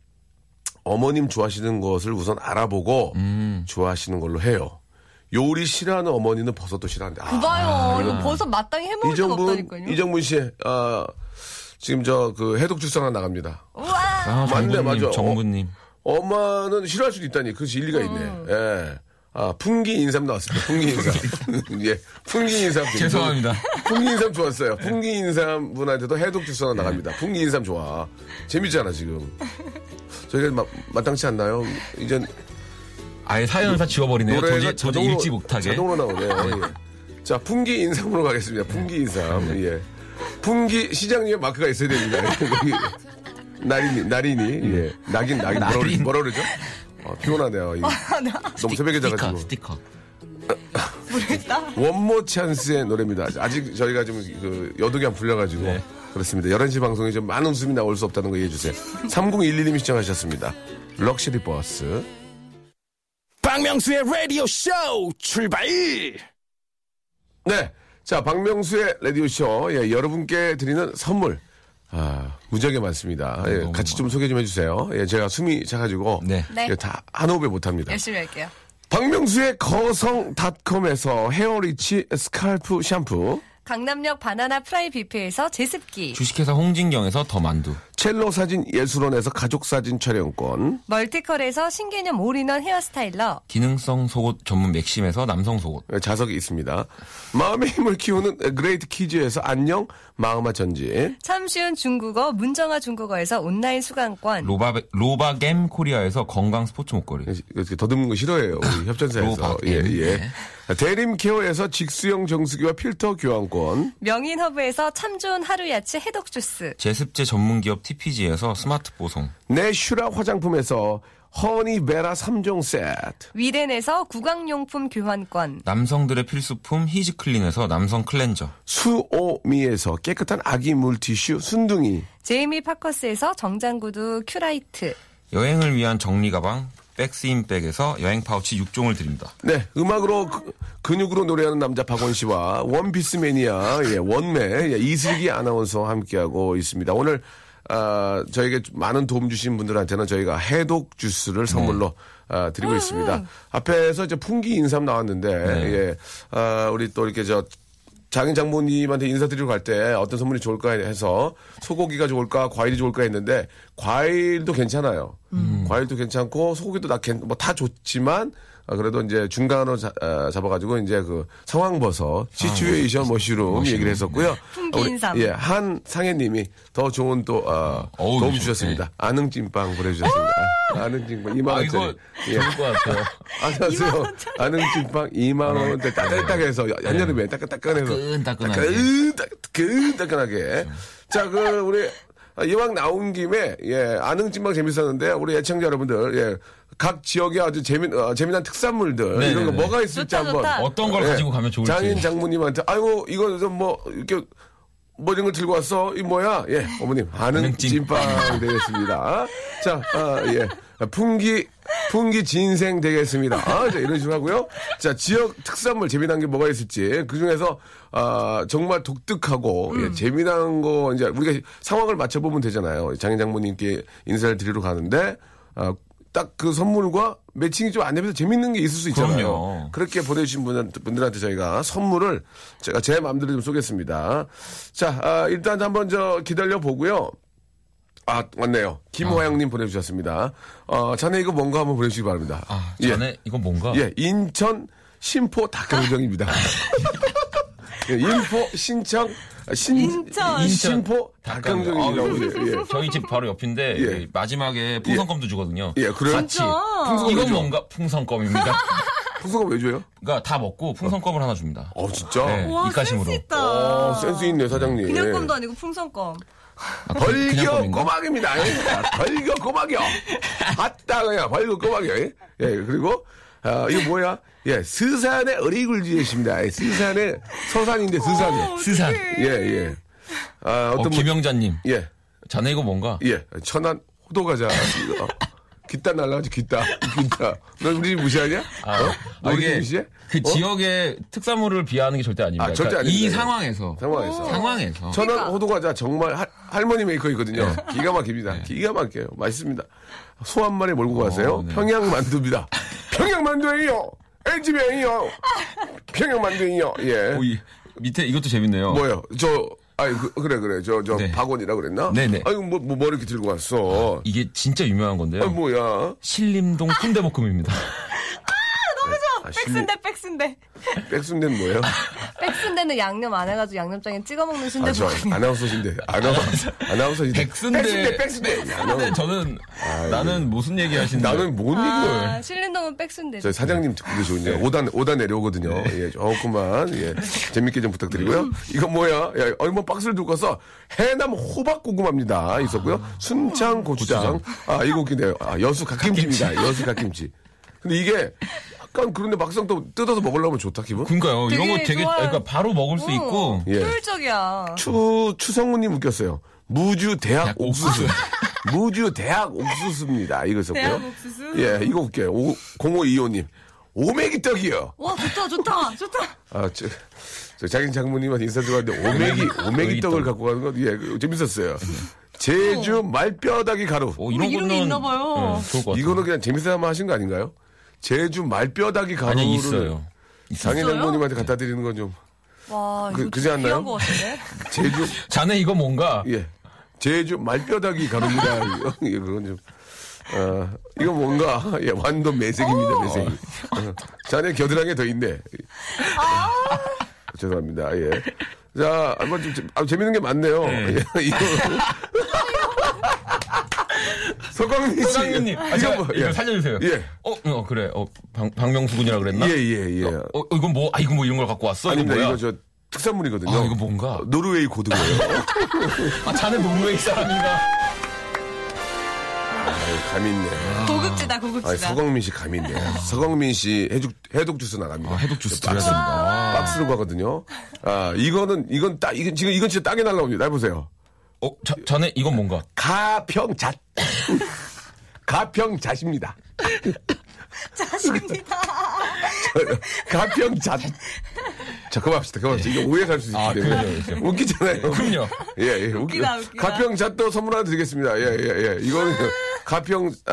Speaker 1: 어머님 좋아하시는 것을 우선 알아보고
Speaker 6: 음.
Speaker 1: 좋아하시는 걸로 해요. 요리 싫어하는 어머니는 버섯도 싫어한대. 아,
Speaker 5: 봐요. 이거 버섯 마땅히 해 먹을 수가 없다니까요.
Speaker 1: 이정분 씨, 아, 지금 저 그 해독 출산 하나 갑니다.
Speaker 5: 우와!
Speaker 6: 아,
Speaker 1: 맞네,
Speaker 6: 정부님,
Speaker 1: 맞아. 어.
Speaker 6: 정부님.
Speaker 1: 엄마는 싫어할 수도 있다니. 그것이 일리가 있네. 예. 아, 풍기 인삼 나왔습니다. 풍기 인삼. *laughs* 예. 풍기 인삼.
Speaker 6: 죄송합니다.
Speaker 1: 풍기 인삼 좋았어요. 풍기 인삼 분한테도 해독 주스 하나 나갑니다.
Speaker 6: 네.
Speaker 1: 풍기 인삼 좋아. 재밌잖아, 지금. 저희가 마, 마땅치 않나요? 이젠
Speaker 6: 아예 사연을 다 지워버리네요.
Speaker 1: 노래가
Speaker 6: 도저히, 도저히
Speaker 1: 자동으로,
Speaker 6: 읽지 못하게. 아,
Speaker 1: 자동으로 나오네요. 예. 자, 풍기 인삼으로 가겠습니다. 풍기 인삼.
Speaker 6: 네.
Speaker 1: 예. 풍기 시장님의 마크가 있어야 됩니다. *laughs* 거기 나린이, 나린이. 예. 낙인, 낙인. 뭐라 그러- 뭐라 그러죠? 어, 피곤하네요. 이-
Speaker 5: *laughs*
Speaker 1: 너무 새벽에
Speaker 6: 아, 스티커,
Speaker 1: 자가지고.
Speaker 6: 스티커.
Speaker 1: 원모 찬스의 노래입니다. 아직 저희가 좀 그 여독이 안 풀려가지고
Speaker 6: 네.
Speaker 1: 그렇습니다. 11시 방송에 좀 많은 웃음이 나올 수 없다는 거 이해해 주세요. 3011님이 시청하셨습니다. 럭셔리 버스.
Speaker 4: 박명수의 라디오 쇼 출발!
Speaker 1: 네. 자, 박명수의 라디오쇼. 예, 여러분께 드리는 선물. 아, 무지하게 많습니다. 예,
Speaker 6: 아, 너무
Speaker 1: 같이 좀 소개 좀 해주세요. 예, 제가 숨이 차가지고.
Speaker 6: 네.
Speaker 5: 네.
Speaker 1: 예, 다, 한 호흡에 못합니다.
Speaker 5: 열심히 할게요.
Speaker 1: 박명수의 거성닷컴에서 헤어리치 스칼프 샴푸.
Speaker 5: 강남역 바나나 프라이 뷔페에서 제습기.
Speaker 6: 주식회사 홍진경에서 더 만두.
Speaker 1: 첼로 사진 예술원에서 가족 사진 촬영권.
Speaker 5: 멀티컬에서 신개념 올인원 헤어스타일러.
Speaker 6: 기능성 속옷 전문 맥심에서 남성 속옷.
Speaker 1: 예, 자석이 있습니다. 마음의 힘을 키우는 그레이트 키즈에서 안녕, 마음아 전지.
Speaker 5: 참 쉬운 중국어 문정아 중국어에서 온라인 수강권
Speaker 6: 로바, 로바겜 코리아에서 건강 스포츠 목걸이.
Speaker 1: 이렇게 더듬는 거 싫어해요. 우리 협찬사에서.
Speaker 6: 로박.
Speaker 1: 예, 예.
Speaker 6: 네.
Speaker 1: 대림 케어에서 직수형 정수기와 필터 교환권.
Speaker 5: 명인 허브에서 참 좋은 하루 야채 해독 주스
Speaker 6: 제습제 전문기업 TPG에서 스마트 보송.
Speaker 1: 내슈라 화장품에서 허니베라 3종 세트.
Speaker 5: 위덴에서 구강용품 교환권
Speaker 6: 남성들의 필수품 히즈클린에서 남성 클렌저.
Speaker 1: 수오미에서 깨끗한 아기 물티슈 순둥이.
Speaker 5: 제이미 파커스에서 정장구두 큐라이트
Speaker 6: 여행을 위한 정리 가방 백스인백에서 여행 파우치 6종을 드립니다.
Speaker 1: 네, 음악으로 그- 근육으로 노래하는 남자 박원 씨와 원피스 매니아, 예, 원매, 예, 이슬기 아나운서와 함께하고 있습니다. 오늘, 아, 저에게 많은 도움 주신 분들한테는 저희가 해독 주스를 선물로 아, 드리고 있습니다. 앞에서 이제 풍기 인삼 나왔는데, 예, 아, 우리 또 이렇게 저, 장인 장모님한테 인사드리러 갈 때 어떤 선물이 좋을까 해서 소고기가 좋을까 과일이 좋을까 했는데 과일도 괜찮아요. 과일도 괜찮고 소고기도 나 뭐 다 좋지만 아, 그래도 이제 중간으로 자- 아, 잡아가지고 이제 그 상황버섯, 시츄에이션 머쉬룸 얘기를 했었고요.
Speaker 5: 풍기 인삼.
Speaker 1: 예, 한 상해님이 더 좋은 또 아,
Speaker 6: 어우,
Speaker 1: 도움
Speaker 6: 그렇죠.
Speaker 1: 주셨습니다. 아능찐빵 보내주셨습니다. 아, 아능찐빵 2만
Speaker 6: 아,
Speaker 1: 원짜리.
Speaker 6: 이거
Speaker 1: 예.
Speaker 6: 좋을 것
Speaker 1: *laughs*
Speaker 6: 같아요.
Speaker 1: 안녕하세요. 아능찐빵 2만 원대 따뜻하게해서 한여름에 따끈따끈해서
Speaker 6: 네. 따끈따끈하게.
Speaker 1: 따끈따끈하게. 자, 그 우리 아, 이왕 나온 김에 예 아능찐빵 재밌었는데 우리 애청자 여러분들 예. 각 지역의 아주 재미, 어, 재미난 특산물들
Speaker 6: 네,
Speaker 1: 이런 거
Speaker 6: 네, 네.
Speaker 1: 뭐가 있을지
Speaker 5: 좋다,
Speaker 1: 한번
Speaker 5: 좋다.
Speaker 6: 어떤 걸
Speaker 1: 예.
Speaker 6: 가지고 가면 좋을지.
Speaker 1: 장인 장모님한테 아이고 이거 좀 뭐 이렇게 뭐 이런 걸 들고 왔어 이 뭐야 예 어머님 아는
Speaker 6: 아는 찐빵.
Speaker 1: 찐빵 되겠습니다 자예 풍기 풍기 진생 되겠습니다 아, 자, 이런 식으로 하고요 자 지역 특산물 재미난 게 뭐가 있을지 그 중에서 아 정말 독특하고 예, 재미난 거 이제 우리가 상황을 맞춰보면 되잖아요 장인 장모님께 인사를 드리러 가는데 아, 딱 그 선물과 매칭이 좀 안 되면서 재밌는 게 있을 수 있잖아요.
Speaker 6: 그럼요.
Speaker 1: 그렇게 보내주신 분한- 분들한테 저희가 선물을 제가 제 마음대로 좀 쏘겠습니다. 자, 아, 일단 한번 저 기다려 보고요. 아, 왔네요. 김호양님 보내주셨습니다. 어, 자네 이거 뭔가 한번 보내주시기 바랍니다.
Speaker 6: 아, 전에 이건 뭔가?
Speaker 1: 예. 예, 인천 신포 닭강정입니다. 예, 인포 신청 아, 신
Speaker 5: 인천.
Speaker 1: 이-
Speaker 6: 인천
Speaker 1: 신포 닭강정이라고
Speaker 6: 아,
Speaker 1: 그래요. 예.
Speaker 6: 저희 집 바로 옆인데
Speaker 1: 예.
Speaker 6: 마지막에 풍선껌도 주거든요.
Speaker 1: 예, 그래요?
Speaker 6: 같이.
Speaker 5: 진짜?
Speaker 6: 이건 뭔가 풍선껌입니다.
Speaker 1: *laughs* 풍선가 왜 줘요?
Speaker 6: 그러니까 다 먹고 풍선껌을 하나 줍니다.
Speaker 1: 어, 진짜.
Speaker 6: 네.
Speaker 5: 와
Speaker 6: 입가심으로.
Speaker 5: 센스 있다.
Speaker 1: 어, 센스 있네 사장님.
Speaker 5: 그냥 껌도 아니고 풍선껌.
Speaker 6: 아, 그- 그냥
Speaker 1: 벌교
Speaker 6: 껌인가?
Speaker 1: 꼬막입니다. 예. 벌교 꼬막이요. 아따 그냥 벌교 꼬막이요. 예 예, 그리고 아, 이거 뭐야? 예 스산의 어리굴지이십니다. 예, 스산의 서산인데 스산.
Speaker 6: 스산.
Speaker 1: 예 예. 아
Speaker 6: 어,
Speaker 1: 어떤 분?
Speaker 6: 김영자님.
Speaker 1: 예
Speaker 6: 자네 이거 뭔가?
Speaker 1: 예. 천안 호도 과자 귓다 날라가지 귓다 귓다. 너 우리 집 무시하냐?
Speaker 6: 아,
Speaker 1: 어? 너 우리 집
Speaker 6: 이게
Speaker 1: 무시해?
Speaker 6: 그
Speaker 1: 어?
Speaker 6: 지역의 특산물을 비하하는 게 절대 아닙니다.
Speaker 1: 아, 절대
Speaker 6: 그러니까 이
Speaker 1: 아닙니다.
Speaker 6: 상황에서 어.
Speaker 1: 상황에서.
Speaker 6: 상황에서
Speaker 1: 천안 호두과자 정말 할- 할머니 메이커이거든요. 기가 막힙니다. 기가 막혀요. 맛있습니다. 소 한 마리 몰고 가세요.
Speaker 6: 네.
Speaker 1: 평양 만두입니다. 평양 만두예요. 엔지병이요. 평양 만두예요. 예.
Speaker 6: 오, 어, 이- 밑에 이것도 재밌네요.
Speaker 1: 뭐요? 저 아이 그, 그래 그래 저 저
Speaker 6: 네.
Speaker 1: 박원이라 그랬나?
Speaker 6: 네네.
Speaker 1: 아이고 뭐, 뭐, 뭐 이렇게 들고 왔어.
Speaker 6: 이게 진짜 유명한 건데요.
Speaker 1: 아 뭐야? 어.
Speaker 6: 신림동
Speaker 1: *laughs*
Speaker 6: 순대볶음입니다.
Speaker 1: 아, 신림-
Speaker 5: 백순대 백순대.
Speaker 1: 백순대는 뭐예요?
Speaker 5: 백순대는 양념 안 해가지고 양념장에 찍어 먹는 순대.
Speaker 1: 아, 저
Speaker 5: 먹는
Speaker 1: 아나운서신데 아나운서 아나운서신데
Speaker 6: 백순대.
Speaker 1: 백순대 백순대.
Speaker 6: 근데
Speaker 1: 아나운서.
Speaker 6: 저는 나는 무슨 얘기 하시는지
Speaker 1: 나는 뭔 얘기를?
Speaker 5: 아, 신림동은 백순대.
Speaker 1: 저희 사장님 듣고 계시군요. 오단오단 내려오거든요. 예, 조금만, 예. 재밌게 좀 부탁드리고요. 이거 뭐야? 야, 얼마 박스를 들고 와서 해남 호박고구마입니다. 있었고요. 순창 고추장. 아, 이거 웃기네요. 아, 여수 갓김치입니다. 여수 갓김치. 근데 이게 약간 그런데 막상 또 뜯어서 먹으려면 좋다, 기분?
Speaker 6: 그러니까요. 이런 거
Speaker 5: 되게
Speaker 6: 되게
Speaker 5: 좋아요. 어.
Speaker 6: 그러니까 바로 먹을 수 있고
Speaker 1: 예.
Speaker 5: 효율적이야.
Speaker 1: 추, 추성훈님 웃겼어요. 무주 대학
Speaker 6: 대학
Speaker 1: 옥수수.
Speaker 6: 옥수수.
Speaker 1: 무주 대학 옥수수입니다. 이거 있었고요.
Speaker 5: 대학 옥수수?
Speaker 1: 예, 이거 웃겨요. 0525님. 오메기 떡이요.
Speaker 5: 와 좋다 좋다 좋다.
Speaker 1: 아, 저, 저 장인 장모님한테 인사
Speaker 6: 네.
Speaker 1: 들어갔는데 오메기, 오메기
Speaker 6: 오메기
Speaker 1: 떡을
Speaker 6: 떡.
Speaker 1: 갖고 가는 건, 예, 그 재밌었어요.
Speaker 6: 네.
Speaker 1: 제주 말뼈다귀 가루.
Speaker 6: 어,
Speaker 5: 어,
Speaker 6: 이런
Speaker 5: 이런
Speaker 6: 거는
Speaker 5: 게 있나 봐요.
Speaker 6: 네, 좋을 것 같아요.
Speaker 1: 이거는 그냥 재밌어야만 하신 거 아닌가요? 제주 말뼈다귀 가루를
Speaker 6: 아니 있어요.
Speaker 1: 장인
Speaker 5: 있어요?
Speaker 1: 장모님한테 갖다 드리는 건 좀,
Speaker 5: 와
Speaker 1: 그-
Speaker 5: 이거
Speaker 1: 그지
Speaker 5: 진짜
Speaker 1: 않나요?
Speaker 5: 귀한 것 같은데.
Speaker 1: 제주,
Speaker 6: 자네 이거 뭔가?
Speaker 1: 예, 제주 말뼈다귀
Speaker 6: *laughs*
Speaker 1: 가루입니다. 이거- 예, 그건 좀. 어, 이거 뭔가, 예, 완도 매생입니다, 매생. 어, 자네 겨드랑이에 더 있네. 아, 죄송합니다, 예. 자, 한번 좀, 재- 아, 재밌는 게 많네요. 예,
Speaker 6: *laughs*
Speaker 1: 이거. 서광민 씨.
Speaker 6: 소장님, 아, 제가
Speaker 1: 이거 뭐,
Speaker 6: 이거 살려주세요.
Speaker 1: 예.
Speaker 6: 어, 어 그래. 어, 방, 박명수 군이라 그랬나?
Speaker 1: 예, 예, 예.
Speaker 6: 어, 어, 이건 뭐? 아, 이건 뭐 이런 걸 갖고 왔어? 이건
Speaker 1: 아닙니다,
Speaker 6: 뭐야?
Speaker 1: 이거 저 특산물이거든요.
Speaker 6: 아, 이거 뭔가?
Speaker 1: 노르웨이 고등어예요.
Speaker 6: 아, 자네 노르웨이 사람인가?
Speaker 1: 아, 감이 있네.
Speaker 5: 고급지다
Speaker 1: 아,
Speaker 5: 고급지다.
Speaker 1: 서광민 씨 감이 있네. 서광민 씨 해독, 해독 주스 나갑니다. 네,
Speaker 6: 아, 해독 주스
Speaker 1: 박스-
Speaker 6: 드렸습니다.
Speaker 1: 박스로 가거든요. 아, 이거는, 이건 딱, 이건 지금, 이건 진짜 땅에 날라옵니다. 해보세요.
Speaker 6: 어, 자, 자네 이건 뭔가?
Speaker 1: 가평잣. *laughs* 가평잣입니다. *laughs*
Speaker 5: 자식입니다.
Speaker 1: 가평잣. 자, 그만합시다. 그만합시다. 이게 오해 갈수 있기
Speaker 6: 아,
Speaker 1: 때문에.
Speaker 6: 그래요, 그래요.
Speaker 1: 웃기잖아요.
Speaker 6: 그럼요.
Speaker 1: 예, 예.
Speaker 5: 웃기다, 아.
Speaker 1: 웃기-
Speaker 5: 웃기다.
Speaker 1: 가평잣도 선물 하나 드리겠습니다. 예, 예, 예. 이거는 가평잣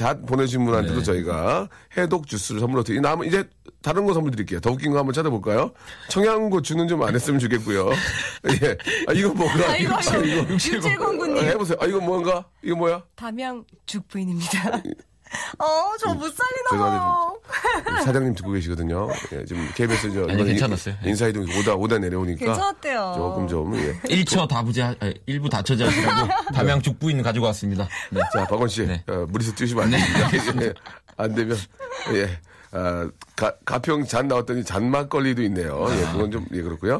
Speaker 1: 아, 보내주신 분한테도
Speaker 6: 네.
Speaker 1: 저희가 해독 주스를 선물로 드리 남은 이제 다른 거 선물 드릴게요. 더 웃긴 거 한번 찾아볼까요? 청양고추는 좀 안 했으면 좋겠고요. 예. 아, 이거 뭔가.
Speaker 5: 아, 이거 이거
Speaker 1: 아,
Speaker 5: 육칠공구님
Speaker 1: 해보세요. 아, 이거 뭔가? 이거 뭐야? *laughs*
Speaker 5: 담양 죽부인입니다. 어, 저 못 살리나
Speaker 1: 죄송합니다.
Speaker 5: 봐요.
Speaker 1: 사장님 듣고 계시거든요. 예, 지금 KBS 저
Speaker 6: 아니, 괜찮았어요. 예.
Speaker 1: 인사이동 오다 오다 내려오니까
Speaker 5: 괜찮았대요.
Speaker 1: 조금 좀 예.
Speaker 6: 1처 다부제, 하- 아니, 일부
Speaker 1: *laughs*
Speaker 6: 다처제 하시라고 담양 죽부인 가지고 왔습니다. 네.
Speaker 1: 자, 박원 씨,
Speaker 6: 네.
Speaker 1: 어, 무리수 뛰시면 안
Speaker 6: *laughs*
Speaker 1: 됩니다. 예, 예. 안 되면, 예. 아, 가, 가평 잔 나왔더니 잔막걸리도 있네요. 예, 그건 좀, 예, 그렇고요.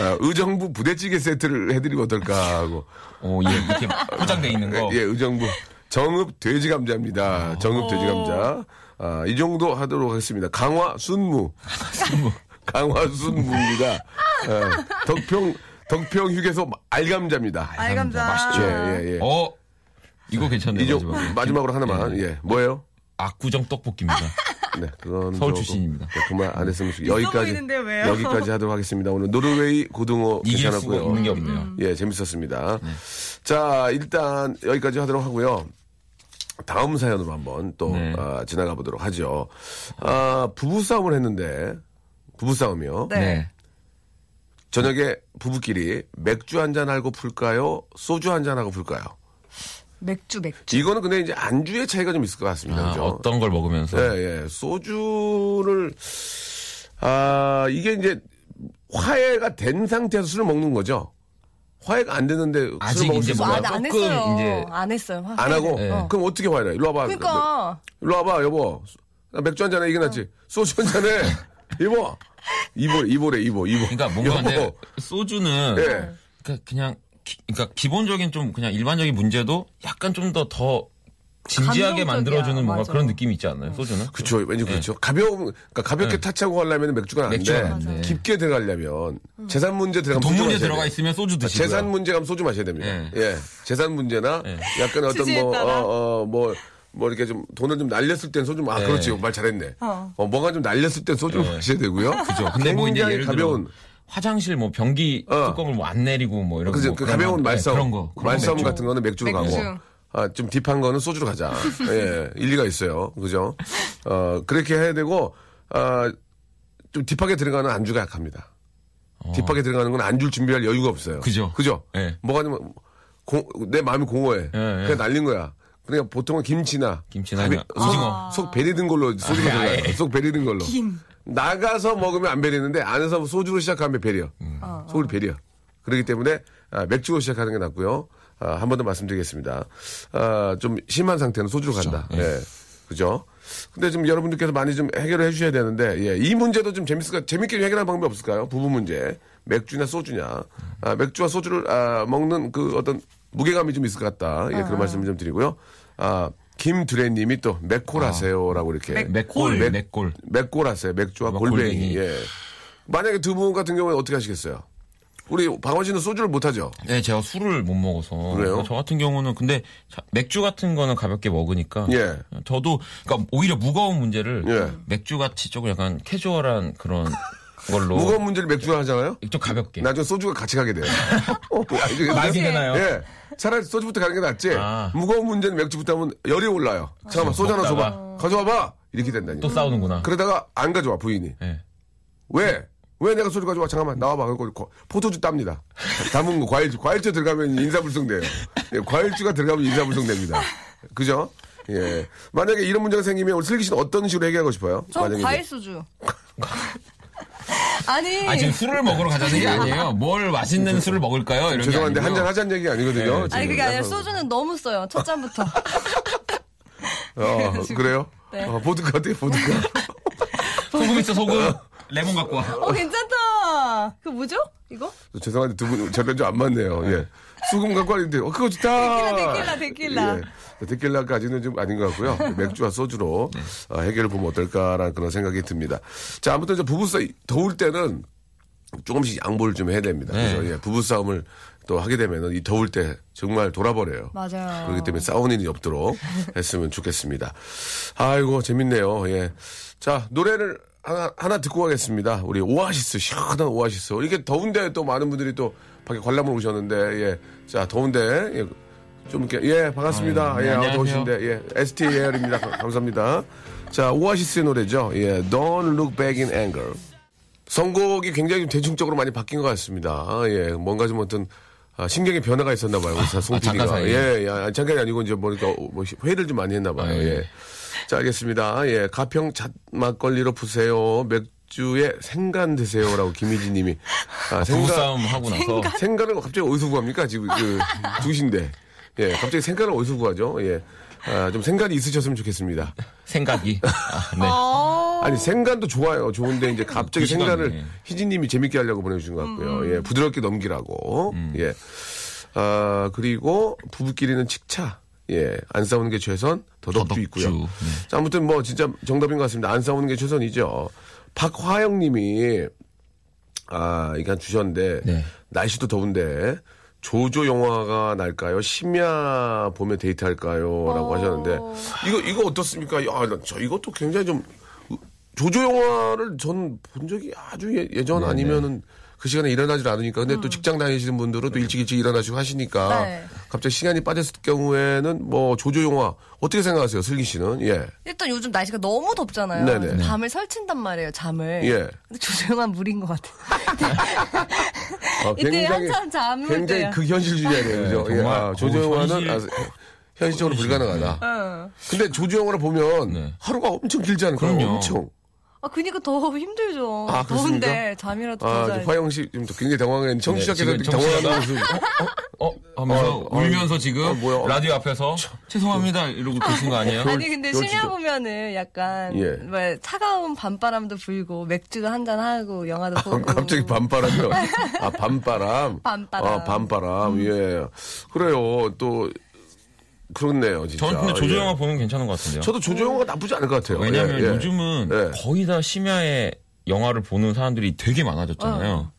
Speaker 1: 아, 의정부 부대찌개 세트를 해드리면 어떨까 하고.
Speaker 6: 오, 예, 이렇게 포장돼 있는 거.
Speaker 1: 예, 의정부. 정읍 돼지 감자입니다.
Speaker 6: 어.
Speaker 1: 정읍 돼지 감자. 아, 이 정도 하도록 하겠습니다. 강화 순무. *laughs* 강화 순무입니다. 아, 덕평, 덕평 휴게소 알감자입니다.
Speaker 5: 알감자.
Speaker 1: 예, 예, 예.
Speaker 6: 아. 어, 이거 괜찮네요.
Speaker 1: 이종
Speaker 6: 마지막으로. 네.
Speaker 1: 마지막으로 하나만. 예. 뭐예요?
Speaker 6: 압구정 떡볶이입니다.
Speaker 1: 네, 그건
Speaker 6: 서울
Speaker 1: 조금-
Speaker 6: 출신입니다.
Speaker 1: 네, 그만 안 했으면 좋겠 여기까지
Speaker 5: 보이는데 왜요?
Speaker 1: 여기까지 하도록 하겠습니다. 오늘 노르웨이 고등어
Speaker 6: 이길 수가
Speaker 1: 괜찮았고요.
Speaker 6: 없는 게 없네요. 네.
Speaker 1: 예, 재밌었습니다. 자, 일단 여기까지 하도록 하고요. 다음 사연으로 한번 또
Speaker 6: 네.
Speaker 1: 아, 지나가 보도록 하죠. 아, 부부 싸움을 했는데 부부 싸움이요.
Speaker 5: 네.
Speaker 6: 네.
Speaker 1: 저녁에 부부끼리 맥주 한잔 하고 풀까요? 소주 한잔 하고 풀까요?
Speaker 5: 맥주, 맥주.
Speaker 1: 이거는 근데 이제 안주의 차이가 좀 있을 것 같습니다.
Speaker 6: 아,
Speaker 1: 그죠?
Speaker 6: 어떤 걸 먹으면서.
Speaker 1: 예, 예. 소주를, 아, 이게 이제 화해가 된 상태에서 술을 먹는 거죠? 화해가 안 됐는데
Speaker 6: 아직
Speaker 1: 술을 먹을 수
Speaker 6: 이제
Speaker 1: 있을까요?
Speaker 5: 아,
Speaker 6: 뭐야?
Speaker 5: 나안
Speaker 6: 조금
Speaker 5: 했어요.
Speaker 6: 이제-
Speaker 5: 안 했어요. 확.
Speaker 1: 안 하고?
Speaker 6: 예.
Speaker 1: 그럼 어떻게 화해를 해? 일로 와봐.
Speaker 5: 그러니까 어.
Speaker 1: 일로 와봐, 여보. 나 맥주 한 잔에 이게 낫지. 소주 한 잔에. 이보. 이보, 이보래, 이보, 이보.
Speaker 6: 그러니까 뭔가 근데 소주는
Speaker 1: 예.
Speaker 6: 그러니까 그냥 기, 그러니까 기본적인 좀 그냥 일반적인 문제도 약간 좀 더 더 진지하게
Speaker 5: 감정적이야.
Speaker 6: 만들어주는 뭔가
Speaker 5: 맞아.
Speaker 6: 그런 느낌이 있지 않나요? 소주는?
Speaker 1: 그쵸, 왠지 그렇죠. 가벼운, 그러니까 가볍게 타차고 하려면 맥주가 안
Speaker 6: 예. 맥주가
Speaker 1: 돼.
Speaker 6: 안 돼.
Speaker 1: 깊게 들어가려면 재산 문제 들어가면
Speaker 6: 돈
Speaker 1: 소주
Speaker 6: 문제
Speaker 1: 마셔야
Speaker 6: 들어가
Speaker 1: 돼.
Speaker 6: 있으면 소주 드시고요.
Speaker 1: 아, 재산 문제 가면 소주 마셔야 됩니다.
Speaker 6: 예.
Speaker 1: 예. 재산 문제나 약간 어떤
Speaker 5: 주제에
Speaker 1: 뭐,
Speaker 5: 따라.
Speaker 1: 어, 어, 뭐, 뭐 이렇게 좀 돈을 좀 날렸을 땐 소주, 아,
Speaker 6: 예.
Speaker 1: 그렇지. 말 잘했네. 어. 뭔가 좀 날렸을 땐 소주
Speaker 6: 예.
Speaker 1: 마셔야 되고요.
Speaker 6: 그죠. 근데 뭐 이제
Speaker 1: 굉장히
Speaker 6: 예를
Speaker 1: 가벼운.
Speaker 6: 들어 화장실 뭐 변기
Speaker 1: 어.
Speaker 6: 뚜껑을 뭐 안 내리고 뭐 이런
Speaker 1: 그죠.
Speaker 6: 뭐
Speaker 1: 그
Speaker 6: 그런
Speaker 1: 가벼운
Speaker 6: 거.
Speaker 1: 말싸움.
Speaker 6: 네, 그런 거. 그런
Speaker 1: 말싸움
Speaker 6: 맥주.
Speaker 1: 같은 거는 맥주로
Speaker 5: 맥주.
Speaker 1: 가고. 아, 좀 딥한 거는 소주로
Speaker 5: *laughs*
Speaker 1: 가자. 예. 일리가 있어요. 그죠. 어, 그렇게 해야 되고, 아, 좀 딥하게 들어가는 안주가 약합니다. 딥하게 들어가는 건 안주를 준비할 여유가 없어요.
Speaker 6: 그죠.
Speaker 1: 그죠.
Speaker 6: 예.
Speaker 1: 뭐가 좀, 공, 내 마음이 공허해. 그냥 날린 거야. 그러니까 보통은 김치나.
Speaker 6: 김치나
Speaker 1: 가비-
Speaker 6: 아니면
Speaker 1: 속-
Speaker 6: 오징어.
Speaker 1: 그, 속 베리는 걸로, 소주로 들어가요. 속 베리는 걸로. 나가서 먹으면 안 베리는데 안에서 뭐 소주로 시작하면 베려. 속을 베려. 그렇기 때문에 아, 맥주로 시작하는 게 낫고요. 아, 한 번 더 말씀드리겠습니다. 아, 좀 심한 상태는 소주로 간다. 예. 그죠? 근데 지금 여러분들께서 많이 좀 해결을 해주셔야 되는데, 예, 이 문제도 좀 재밌을까, 재밌게 해결하는 방법이 없을까요? 부부 문제. 맥주냐, 소주냐. 아, 맥주와 소주를, 아, 먹는 그 어떤 무게감이 좀 있을 것 같다. 예, 그런 말씀 좀 드리고요. 아, 김두래 님이 또 맥콜하세요라고 이렇게.
Speaker 6: 맥골,
Speaker 1: 맥-
Speaker 6: 맥골.
Speaker 1: 맥골하세요. 맥주와 골뱅이.
Speaker 6: 골뱅이.
Speaker 1: 예. 만약에 두 분 같은 경우는 어떻게 하시겠어요? 우리 방원 씨는 소주를 못하죠?
Speaker 6: 네, 제가 술을 못 먹어서. 그러니까
Speaker 1: 그래요?
Speaker 6: 저 같은 경우는 근데 자- 맥주 같은 거는 가볍게 먹으니까.
Speaker 1: 예.
Speaker 6: 저도 그러니까 오히려 무거운 문제를
Speaker 1: 예.
Speaker 6: 맥주 같이 조금 약간 캐주얼한 그런 걸로
Speaker 1: 무거운 문제를 맥주로 하잖아요?
Speaker 6: 좀 가볍게.
Speaker 1: 나중에 소주가 같이 가게
Speaker 6: *laughs*
Speaker 1: 돼요. 어, 알겠는데?
Speaker 6: 많이 생겨나요?
Speaker 1: 예. 차라리 소주부터 가는 게 낫지.
Speaker 6: 아.
Speaker 1: 무거운 문제는 맥주부터 하면 열이 올라요. 잠깐만, 소주 하나
Speaker 6: 먹다가.
Speaker 1: 줘봐. 가져와봐. 이렇게 된다니까.
Speaker 6: 또 싸우는구나.
Speaker 1: 그러다가 안 가져와, 부인이.
Speaker 6: 예.
Speaker 1: 왜? 왜 내가 소주 가져와? 잠깐만, 나와봐. 그리고 거- 포도주 땁니다. 담은 거, 과일주. 과일주 들어가면 인사불성돼요. 예, 과일주가 들어가면 인사불성됩니다. 그죠? 예. 만약에 이런 문제가 생기면 우리 슬기 씨는 어떤 식으로 해결하고 싶어요?
Speaker 5: 전
Speaker 1: 만약에
Speaker 5: 과일 소주. *laughs* 아니,
Speaker 6: 아 지금 술을 먹으러 가자는 게
Speaker 1: *laughs*
Speaker 6: 아니에요. 뭘 맛있는 술을 먹을까요? 이런 게
Speaker 1: 죄송한데
Speaker 6: 아니고요.
Speaker 1: 한잔 하자는 얘기가 아니거든요.
Speaker 5: 네. 아니 그게 아니라
Speaker 1: 지금.
Speaker 5: 소주는 너무 써요. 첫 잔부터.
Speaker 1: 어, 그래요?
Speaker 5: 네.
Speaker 1: 어, 보드카 어때요, 보드카?
Speaker 6: *laughs* 소금
Speaker 1: *laughs*
Speaker 6: 있어 소금. 레몬 갖고 와.
Speaker 5: 어 괜찮다. 그 뭐죠? 이거?
Speaker 1: 죄송한데 두 분, 저랑 좀안 맞네요. 예. 수금 갖고 왔는데, 어, 그거 좋다!
Speaker 5: 데킬라, 데킬라, 데킬라.
Speaker 1: 예. 데킬라까지는 좀 아닌 것 같고요. 맥주와 소주로 어, 해결을 보면 어떨까라는 그런 생각이 듭니다. 자, 아무튼 이제 부부싸움, 더울 때는 조금씩 양보를 좀 해야 됩니다.
Speaker 6: 네.
Speaker 1: 그래서 예, 부부싸움을 또 하게 되면은 이 더울 때 정말 돌아버려요.
Speaker 5: 맞아요.
Speaker 1: 그렇기 때문에 싸우는 일이
Speaker 5: *laughs*
Speaker 1: 없도록 했으면 좋겠습니다. 아이고, 재밌네요. 예. 자, 노래를 하나, 하나 듣고 가겠습니다. 우리 오아시스, 시원한 오아시스. 이렇게 더운데 또 많은 분들이 또 밖에 관람을 오셨는데, 예. 자, 더운데, 예. 좀 이렇게, 예, 반갑습니다.
Speaker 6: 아, 예.
Speaker 1: 예,
Speaker 6: 네,
Speaker 1: 아,
Speaker 6: 안녕하세요.
Speaker 1: 더우신데, 예. ST 에어입니다. 감사합니다. 자, 오아시스의 노래죠. 예. Don't look back in anger. 선곡이 굉장히 대중적으로 많이 바뀐 것 같습니다. 아, 예, 뭔가 좀 어떤 아, 신경의 변화가 있었나 봐요. 우리 사- 송 PD가.
Speaker 6: 잠깐 아, 사이에.
Speaker 1: 어, 예, 예, 아, 잠깐이 아니고 이제 뭐니까 뭐 회의를 뭐 좀 많이 했나 봐요.
Speaker 6: 아,
Speaker 1: 예.
Speaker 6: 예.
Speaker 1: 자, 알겠습니다. 예, 가평 잣 막걸리로 푸세요. 맥주에 생간 드세요라고 김희진 님이. 아,
Speaker 6: 부부싸움 하고 나서
Speaker 1: 생간을 갑자기 어디서 구합니까? 지금 그 두신데. 예, 갑자기 생간을 어디서 구하죠? 예. 아, 좀 생간이 있으셨으면 좋겠습니다.
Speaker 6: 생각이 아, 네.
Speaker 1: 아니, 생간도 좋아요. 좋은데 이제 갑자기
Speaker 6: 이그 시간에.
Speaker 1: 생간을 희진 님이 재밌게 하려고 보내 주신 것 같고요. 예, 부드럽게 넘기라고.
Speaker 6: 음.
Speaker 1: 예. 아, 그리고 부부끼리는 칙차. 예, 안 싸우는 게 최선, 더덕주
Speaker 6: 더덕주.
Speaker 1: 있고요.
Speaker 6: 네.
Speaker 1: 자, 아무튼 뭐 진짜 정답인 것 같습니다. 안 싸우는 게 최선이죠. 박화영 님이 아, 이게 한 주셨는데
Speaker 6: 네.
Speaker 1: 날씨도 더운데 조조 영화가 날까요? 심야 봄에 데이트할까요?라고 하셨는데 이거 이거 어떻습니까? 야, 나저 이것도 굉장히 좀 조조 영화를 전 본 적이 아주 예- 예전 아니면은 그 시간에 일어나질 않으니까 근데 또 직장 다니시는 분들은
Speaker 6: 네.
Speaker 1: 또 일찍 일찍 일어나시고 하시니까
Speaker 5: 음. 네.
Speaker 1: 갑자기 시간이 빠졌을 경우에는 뭐 조조 영화 어떻게 생각하세요, 슬기 씨는? 예.
Speaker 5: 일단 요즘 날씨가 너무 덥잖아요.
Speaker 1: 네네. 네.
Speaker 5: 밤을 설친단 말이에요, 잠을.
Speaker 1: 예.
Speaker 5: 근데 조조영한 물인
Speaker 1: *laughs*
Speaker 5: 것 같아요.
Speaker 1: 아,
Speaker 5: 이때 한참 잠을
Speaker 1: 굉장히 그
Speaker 5: 때야.
Speaker 1: 극현실주의자네요, 그죠?
Speaker 6: 네,
Speaker 1: 예,
Speaker 6: 정말.
Speaker 1: 아, 조조
Speaker 6: 어,
Speaker 1: 영화는
Speaker 6: 현실-
Speaker 1: 아, 현실적으로 불가능하다. 근데 조조 영화를 보면
Speaker 6: 네.
Speaker 1: 하루가 엄청 길지 않을까요?
Speaker 6: 그럼요.
Speaker 1: 엄청.
Speaker 5: 아, 그니까 더 힘들죠.
Speaker 1: 아, 그렇습니까?
Speaker 5: 더운데 잠이라도
Speaker 1: 아,
Speaker 5: 자야지.
Speaker 1: 이제 화영 씨 지금 굉장히 당황해. 청취자께서
Speaker 6: 네, 지금
Speaker 1: 당황하다.
Speaker 6: 청취자가- *laughs* 어 하면서
Speaker 1: 어, 어,
Speaker 6: 울면서 지금
Speaker 1: 어, 뭐야.
Speaker 6: 라디오 앞에서 죄송합니다 이러고 계신 거 아니에요?
Speaker 5: 아니 근데
Speaker 1: 그걸
Speaker 5: 심야
Speaker 1: 진짜-
Speaker 5: 보면은 약간
Speaker 1: 예.
Speaker 5: 뭐 차가운 밤바람도 불고 맥주도 한잔 하고 영화도
Speaker 1: 아,
Speaker 5: 보고
Speaker 1: 갑자기 *laughs* 밤바람이요. 아, 밤바람.
Speaker 5: 밤바람.
Speaker 1: 아, 밤바람. 예. 그래요. 또, 그렇네요, 진짜.
Speaker 6: 저는 근데 조조
Speaker 1: 예.
Speaker 6: 영화 보면 괜찮은 것 같은데요.
Speaker 1: 저도 조조영화가 나쁘지 않을 것 같아요.
Speaker 6: 왜냐하면
Speaker 1: 예, 예.
Speaker 6: 요즘은
Speaker 1: 예.
Speaker 6: 거의 다 심야에 영화를 보는 사람들이 되게
Speaker 1: 어.
Speaker 6: 많아졌잖아요.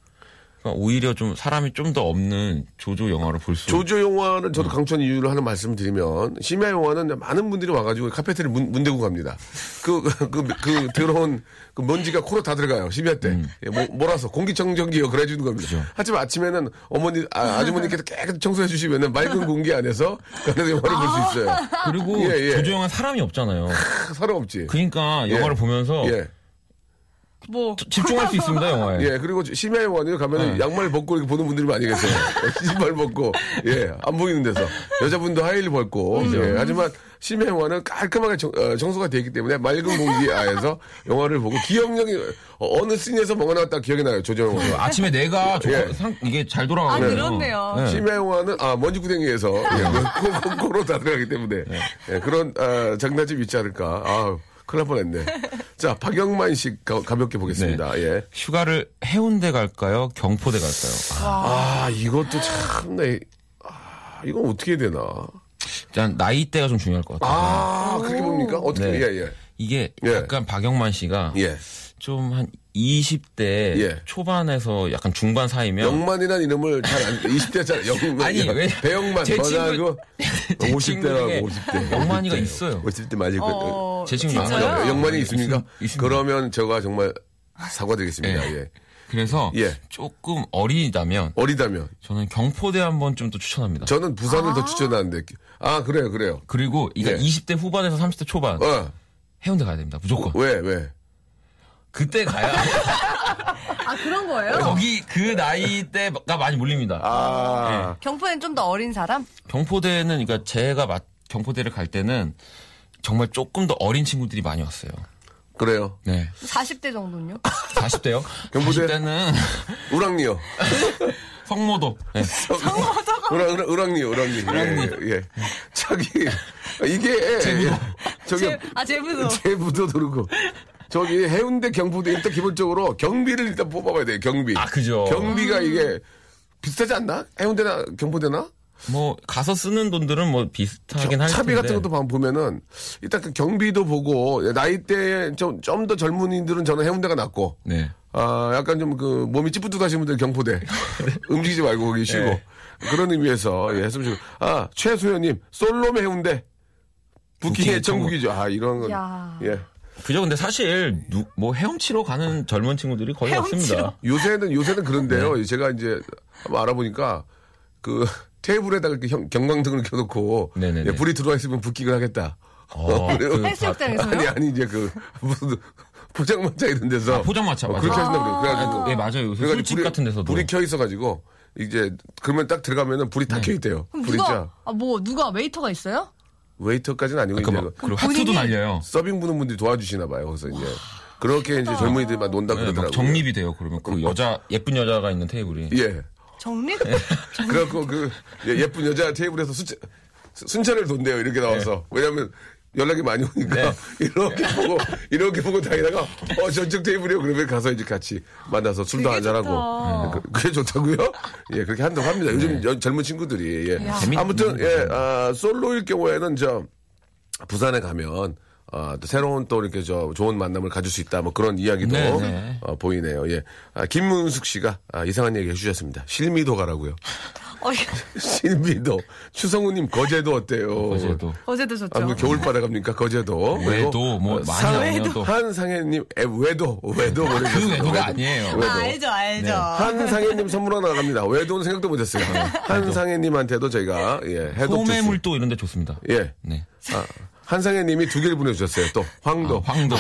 Speaker 6: 그러니까 오히려 좀 사람이 좀 더 없는 조조 영화를 볼 수.
Speaker 1: 조조 영화는 저도 강추한 이유를 하나 말씀드리면 심야 영화는 많은 분들이 와가지고 카페테를 문, 문 대고 갑니다. 그그그 *laughs* 그, 그 들어온 그 먼지가 코로 다 들어가요 심야 때
Speaker 6: 음.
Speaker 1: 예, 뭐, 몰아서 공기청정기요 그래 주는 겁니다.
Speaker 6: 그렇죠.
Speaker 1: 하지만 아침에는 어머니 아, 주머니께서 깨끗이 청소해 주시면은 맑은 공기 안에서 *laughs* 그래서 영화를 볼 수 있어요.
Speaker 6: 그리고
Speaker 1: 예, 예.
Speaker 6: 조조 영화 사람이 없잖아요.
Speaker 1: 사람 없지.
Speaker 6: 그러니까 영화를 보면서
Speaker 1: 예.
Speaker 5: 뭐
Speaker 6: 집중할 수 있습니다 영화에.
Speaker 1: 예, 그리고 심야 영화는 가면 양말 벗고 이렇게 보는 분들이 많이 계세요. *laughs* 신발 벗고, 예, 안 보이는 데서. 여자분도 하이힐 벗고. 예, 하지만 심야 영화는 깔끔하게 정, 소가되 있기 때문에 맑은 공기 아에서 영화를 보고 기억력이 어, 어느 씬에서 뭐가 나왔다 기억이 나요, 조정 영화.
Speaker 6: 아침에 내가 저-
Speaker 1: 예.
Speaker 6: 상- 이게 잘 예.
Speaker 5: 아,
Speaker 6: 돌아가고.
Speaker 5: 그렇네요.
Speaker 1: 심야 영화는, 아, 먼지 구덩이에서 예, 코, 로다 들어가기 때문에. 예, 그런 아, 장난집이 있지 않을까. 아 큰일 날 뻔했네. 자, 박영만 씨 가, 가볍게 보겠습니다. 예.
Speaker 6: 휴가를 해운대 갈까요? 경포대 갈까요? 아, 네.
Speaker 1: 아, 이것도 참, 내, 아, 이건 어떻게 해야 되나.
Speaker 6: 일단 나이대가 좀 중요할 것 같아요.
Speaker 1: 아, 그렇게 봅니까? 어떻게,
Speaker 6: 네.
Speaker 1: 예, 예.
Speaker 6: 이게
Speaker 1: 예.
Speaker 6: 약간 박영만 씨가
Speaker 1: 예.
Speaker 6: 좀 한 20대
Speaker 1: 예.
Speaker 6: 초반에서 약간 중반 사이면
Speaker 1: 영만이라는 이름을 잘 안, 20대 잘, 영만.
Speaker 6: *laughs* 아니, 왜-
Speaker 1: 배영만,
Speaker 6: 제 친구-
Speaker 1: 전화하고,
Speaker 6: *laughs* 제 친구
Speaker 1: 50대라고,
Speaker 6: 중에
Speaker 1: 50대.
Speaker 6: 영만이가 있어요.
Speaker 1: 50대 맞을 거
Speaker 5: 어,
Speaker 6: 제 친구
Speaker 5: 진짜요?
Speaker 6: 많아요.
Speaker 1: 요 영만이 있습니까?
Speaker 6: 있습- 있습니다.
Speaker 1: 그러면 제가 정말 사과드리겠습니다.
Speaker 6: 예.
Speaker 1: 예.
Speaker 6: 그래서
Speaker 1: 예.
Speaker 6: 조금 어리다면
Speaker 1: 어리다면.
Speaker 6: 저는 경포대 한 번쯤 또 추천합니다.
Speaker 1: 저는 부산을 더 추천하는데. 아, 그래요, 그래요.
Speaker 6: 그리고 이게
Speaker 1: 예.
Speaker 6: 20대 후반에서 30대 초반
Speaker 1: 어,
Speaker 6: 해운대 가야 됩니다. 무조건
Speaker 1: 왜, 왜? *laughs*
Speaker 6: 그때 가야
Speaker 5: 아 그런 거예요?
Speaker 6: 거기 그 나이 때가 많이 몰립니다.
Speaker 1: 어. 아,
Speaker 5: 경포엔 좀 더 어린 사람?
Speaker 6: 경포대는 그러니까 제가 마- 경포대를 갈 때는 정말 조금 더 어린 친구들이 많이 왔어요.
Speaker 1: 그래요.
Speaker 6: 네.
Speaker 5: 40대 정도는요?
Speaker 1: 아,
Speaker 6: 40대요?
Speaker 1: 경포대?
Speaker 6: 40대는 *laughs*
Speaker 1: 우랑리요.
Speaker 6: 성모도. 네.
Speaker 1: 으랑, 으랑, 으랑리요, 으랑리. 예, 예, 예. 저기, 이게. 제부도. 저기,
Speaker 5: 제, 아 제부도
Speaker 1: 제부도 누르고. 저기 해운대 경부대 일단 기본적으로 경비를 일단 뽑아봐야 돼요, 경비.
Speaker 6: 아, 그죠.
Speaker 1: 경비가 이게 비슷하지 않나? 해운대나 경부대나?
Speaker 6: 뭐 가서 쓰는 돈들은 뭐 비슷하긴 할 텐데.
Speaker 1: 차비 같은 것도 봐- 보면은 일단 그 경비도 보고 나이대에 좀, 좀 더 젊은이들은 저는 해운대가 낫고.
Speaker 6: 네.
Speaker 1: 아, 약간 좀 그 몸이 찌뿌듯하신 분들 경포대.
Speaker 6: *laughs*
Speaker 1: *laughs* 움직이지 말고 거기 쉬고.
Speaker 6: 네.
Speaker 1: 그런 의미에서 예, 했으면 좋겠고. 아, 최소연님, 솔로메 해운대.
Speaker 6: 부킹
Speaker 1: 부킹의 천국이죠. 아, 이런 건.
Speaker 5: 야.
Speaker 1: 예.
Speaker 6: 그죠. 근데 사실 누- 뭐 헤엄치러 가는 젊은 친구들이 거의 없습니다.
Speaker 1: 요새는, 요새는 그런데요.
Speaker 6: 네.
Speaker 1: 제가 이제 한번 알아보니까 그 테이블에다가 이렇게 형- 경광등을 켜놓고
Speaker 6: 네네네.
Speaker 1: 예, 불이 들어와 있으면 부킹을 하겠다.
Speaker 5: 아,
Speaker 6: 어, 그
Speaker 5: 해수욕장에서요?
Speaker 1: 아니, 아니, 이제 그 *laughs* 무슨 포장마차 이런 데서.
Speaker 6: 아, 포장마차,
Speaker 1: 어,
Speaker 6: 맞아요.
Speaker 1: 그렇게 하신다고 그래요. 그래가지고.
Speaker 6: 예, 맞아요. 요새
Speaker 1: 그래가지고
Speaker 6: 술집
Speaker 1: 불이-
Speaker 6: 같은 데서도.
Speaker 1: 불이 켜 있어가지고
Speaker 6: 네.
Speaker 1: 이제 그러면 딱 들어가면은 불이 다 켜 있대요.
Speaker 5: 그럼
Speaker 1: 불이
Speaker 5: 누가
Speaker 1: 짜.
Speaker 5: 아 뭐 누가 웨이터가 있어요?
Speaker 1: 웨이터까지는 아니고 이제
Speaker 6: 그러니까 막, 그리고
Speaker 5: 본인이-
Speaker 6: 하트도 날려요.
Speaker 1: 서빙 부는 분들이 도와주시나 봐요. 그래서 이제 그렇게 이제 젊은이들이 막 논다
Speaker 6: 네,
Speaker 1: 그러더라고요. 어.
Speaker 6: 막 정립이 돼요. 그러면 그 여자 예쁜 여자가 있는 테이블이
Speaker 1: 예.
Speaker 5: 정립?
Speaker 1: 그래갖고 그 예, 예쁜 여자 테이블에서 순차, 순차를 돈대요 이렇게 나와서
Speaker 6: 네.
Speaker 1: 왜냐면 연락이 많이 오니까 *laughs* 이렇게 보고 이렇게 보고 다니다가 어 저쪽 테이블이요 그러면 가서 이제 같이 만나서 술도
Speaker 5: 되게
Speaker 1: 한잔하고
Speaker 5: 좋다.
Speaker 1: 예, 그- 그게 좋다고요?
Speaker 5: *laughs*
Speaker 1: 예 그렇게 한다고 합니다 요즘 연- 젊은 친구들이 예.
Speaker 6: 네. 재밌-
Speaker 1: 아무튼 예 아, 솔로일 경우에는 저 부산에 가면 아, 또 새로운 또 이렇게 저 좋은 만남을 가질 수 있다 뭐 그런 이야기도
Speaker 6: 네, 네.
Speaker 1: 어, 보이네요. 예, 아, 김문숙 씨가 아, 이상한 얘기 해주셨습니다. 실미도 가라고요.
Speaker 5: *laughs* 어,
Speaker 1: 신비도 추성우님 거제도 어때요?
Speaker 6: 거제도.
Speaker 5: 어제도 좋죠.
Speaker 1: 아, 뭐 겨울바다 갑니까 거제도?
Speaker 6: 외도 뭐
Speaker 1: 그리고
Speaker 6: 많이 나오면 또
Speaker 1: 한상혜님 에, 외도 외도 모르겠어요.
Speaker 6: 그 외도가 아니에요.
Speaker 5: 아, 알죠, 알죠.
Speaker 1: 네. 한상혜님 선물 하나 갑니다. 외도는 생각도 못했어요. 한상혜님한테도 저희가 예, 해독 주스.
Speaker 6: 아, 소매물도 이런 데 좋습니다.
Speaker 1: 예.
Speaker 6: 네.
Speaker 1: 아, 한상혜님이 두 개를 보내주셨어요. 또
Speaker 6: 아,
Speaker 1: 황도. *laughs*
Speaker 6: 황도.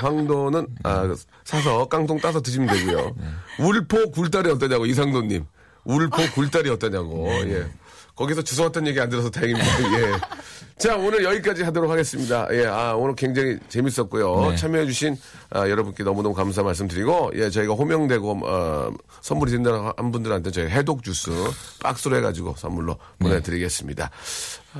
Speaker 1: 황도는 아, 사서 깡통 따서 드시면 되고요. 울포 굴다리 어떠냐고 이상도님. 울포 굴다리 어떠냐고. 예. 거기서 주워 왔던 얘기 안 들어서 다행입니다. *laughs* 예. 자 오늘 여기까지 하도록 하겠습니다. 예, 아 오늘 굉장히 재밌었고요.
Speaker 6: 네.
Speaker 1: 참여해주신 아, 여러분께 너무너무 감사 말씀드리고 예 저희가 호명되고 어, 선물이 된다는 한 분들한테 저희 해독 주스 박스로 해가지고 선물로 보내드리겠습니다.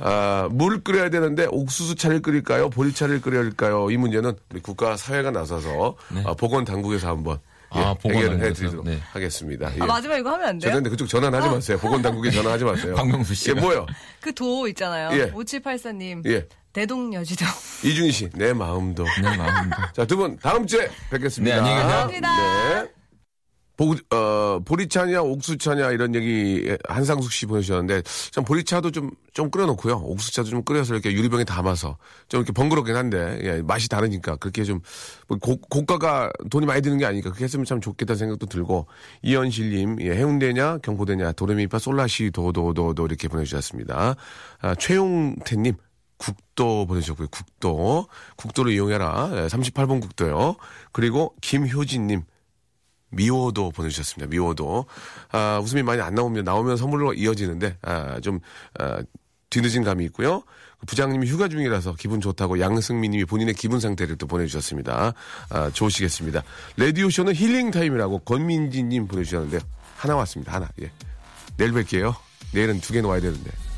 Speaker 1: 아, 물 끓여야 되는데 옥수수 차를 끓일까요? 보리차를 끓일까요? 이 문제는 우리 국가 사회가 나서서 아, 보건 당국에서 한번 예,
Speaker 6: 네. 아, 보건
Speaker 1: 해결을
Speaker 6: 당국에서?
Speaker 1: 해드리도록
Speaker 6: 네.
Speaker 1: 하겠습니다. 예.
Speaker 5: 아, 마지막 이거 하면 안 돼요?
Speaker 1: 죄송한데 그쪽 전화는 하지 마세요. 보건 당국에 전화하지 마세요.
Speaker 6: *laughs* 박명수
Speaker 1: 예,
Speaker 6: 씨가.
Speaker 1: 뭐요?
Speaker 5: 그 도 있잖아요.
Speaker 1: 예.
Speaker 5: 5784님.
Speaker 1: 예.
Speaker 5: 대동여지도.
Speaker 1: 이준희 씨, 내 마음도.
Speaker 6: 네, 마음입니다.
Speaker 1: 자, 두 분 다음 주에 뵙겠습니다.
Speaker 6: 네, 안녕히 계세요.
Speaker 5: 감사합니다.
Speaker 1: 네. 보, 어, 보리차냐, 옥수차냐, 이런 얘기, 예, 한상숙 씨 보내주셨는데, 참, 보리차도 좀, 좀 끓여놓고요. 옥수차도 좀 끓여서 이렇게 유리병에 담아서, 좀 이렇게 번거롭긴 한데, 예, 맛이 다르니까, 그렇게 좀, 뭐 고, 고가가 돈이 많이 드는 게 아니니까, 그렇게 했으면 참 좋겠다는 생각도 들고, 이현실님, 예, 해운대냐, 경포대냐, 도레미파, 솔라시, 도도도도, 이렇게 보내주셨습니다. 아, 최용태님, 국도 보내주셨고요. 국도. 국도를 이용해라. 예, 38번 국도요. 그리고 김효진님. 미워도 보내주셨습니다. 미워도. 아, 웃음이 많이 안 나옵니다. 나오면 선물로 이어지는데, 아, 좀, 아, 뒤늦은 감이 있고요. 그 부장님이 휴가 중이라서 기분 좋다고 양승민 님이 본인의 기분 상태를 또 보내주셨습니다. 아, 좋으시겠습니다. 레디오쇼는 힐링 타임이라고 권민지 님 보내주셨는데요. 하나 왔습니다. 하나. 예. 내일 뵐게요. 내일은 두 개 놓아야 되는데.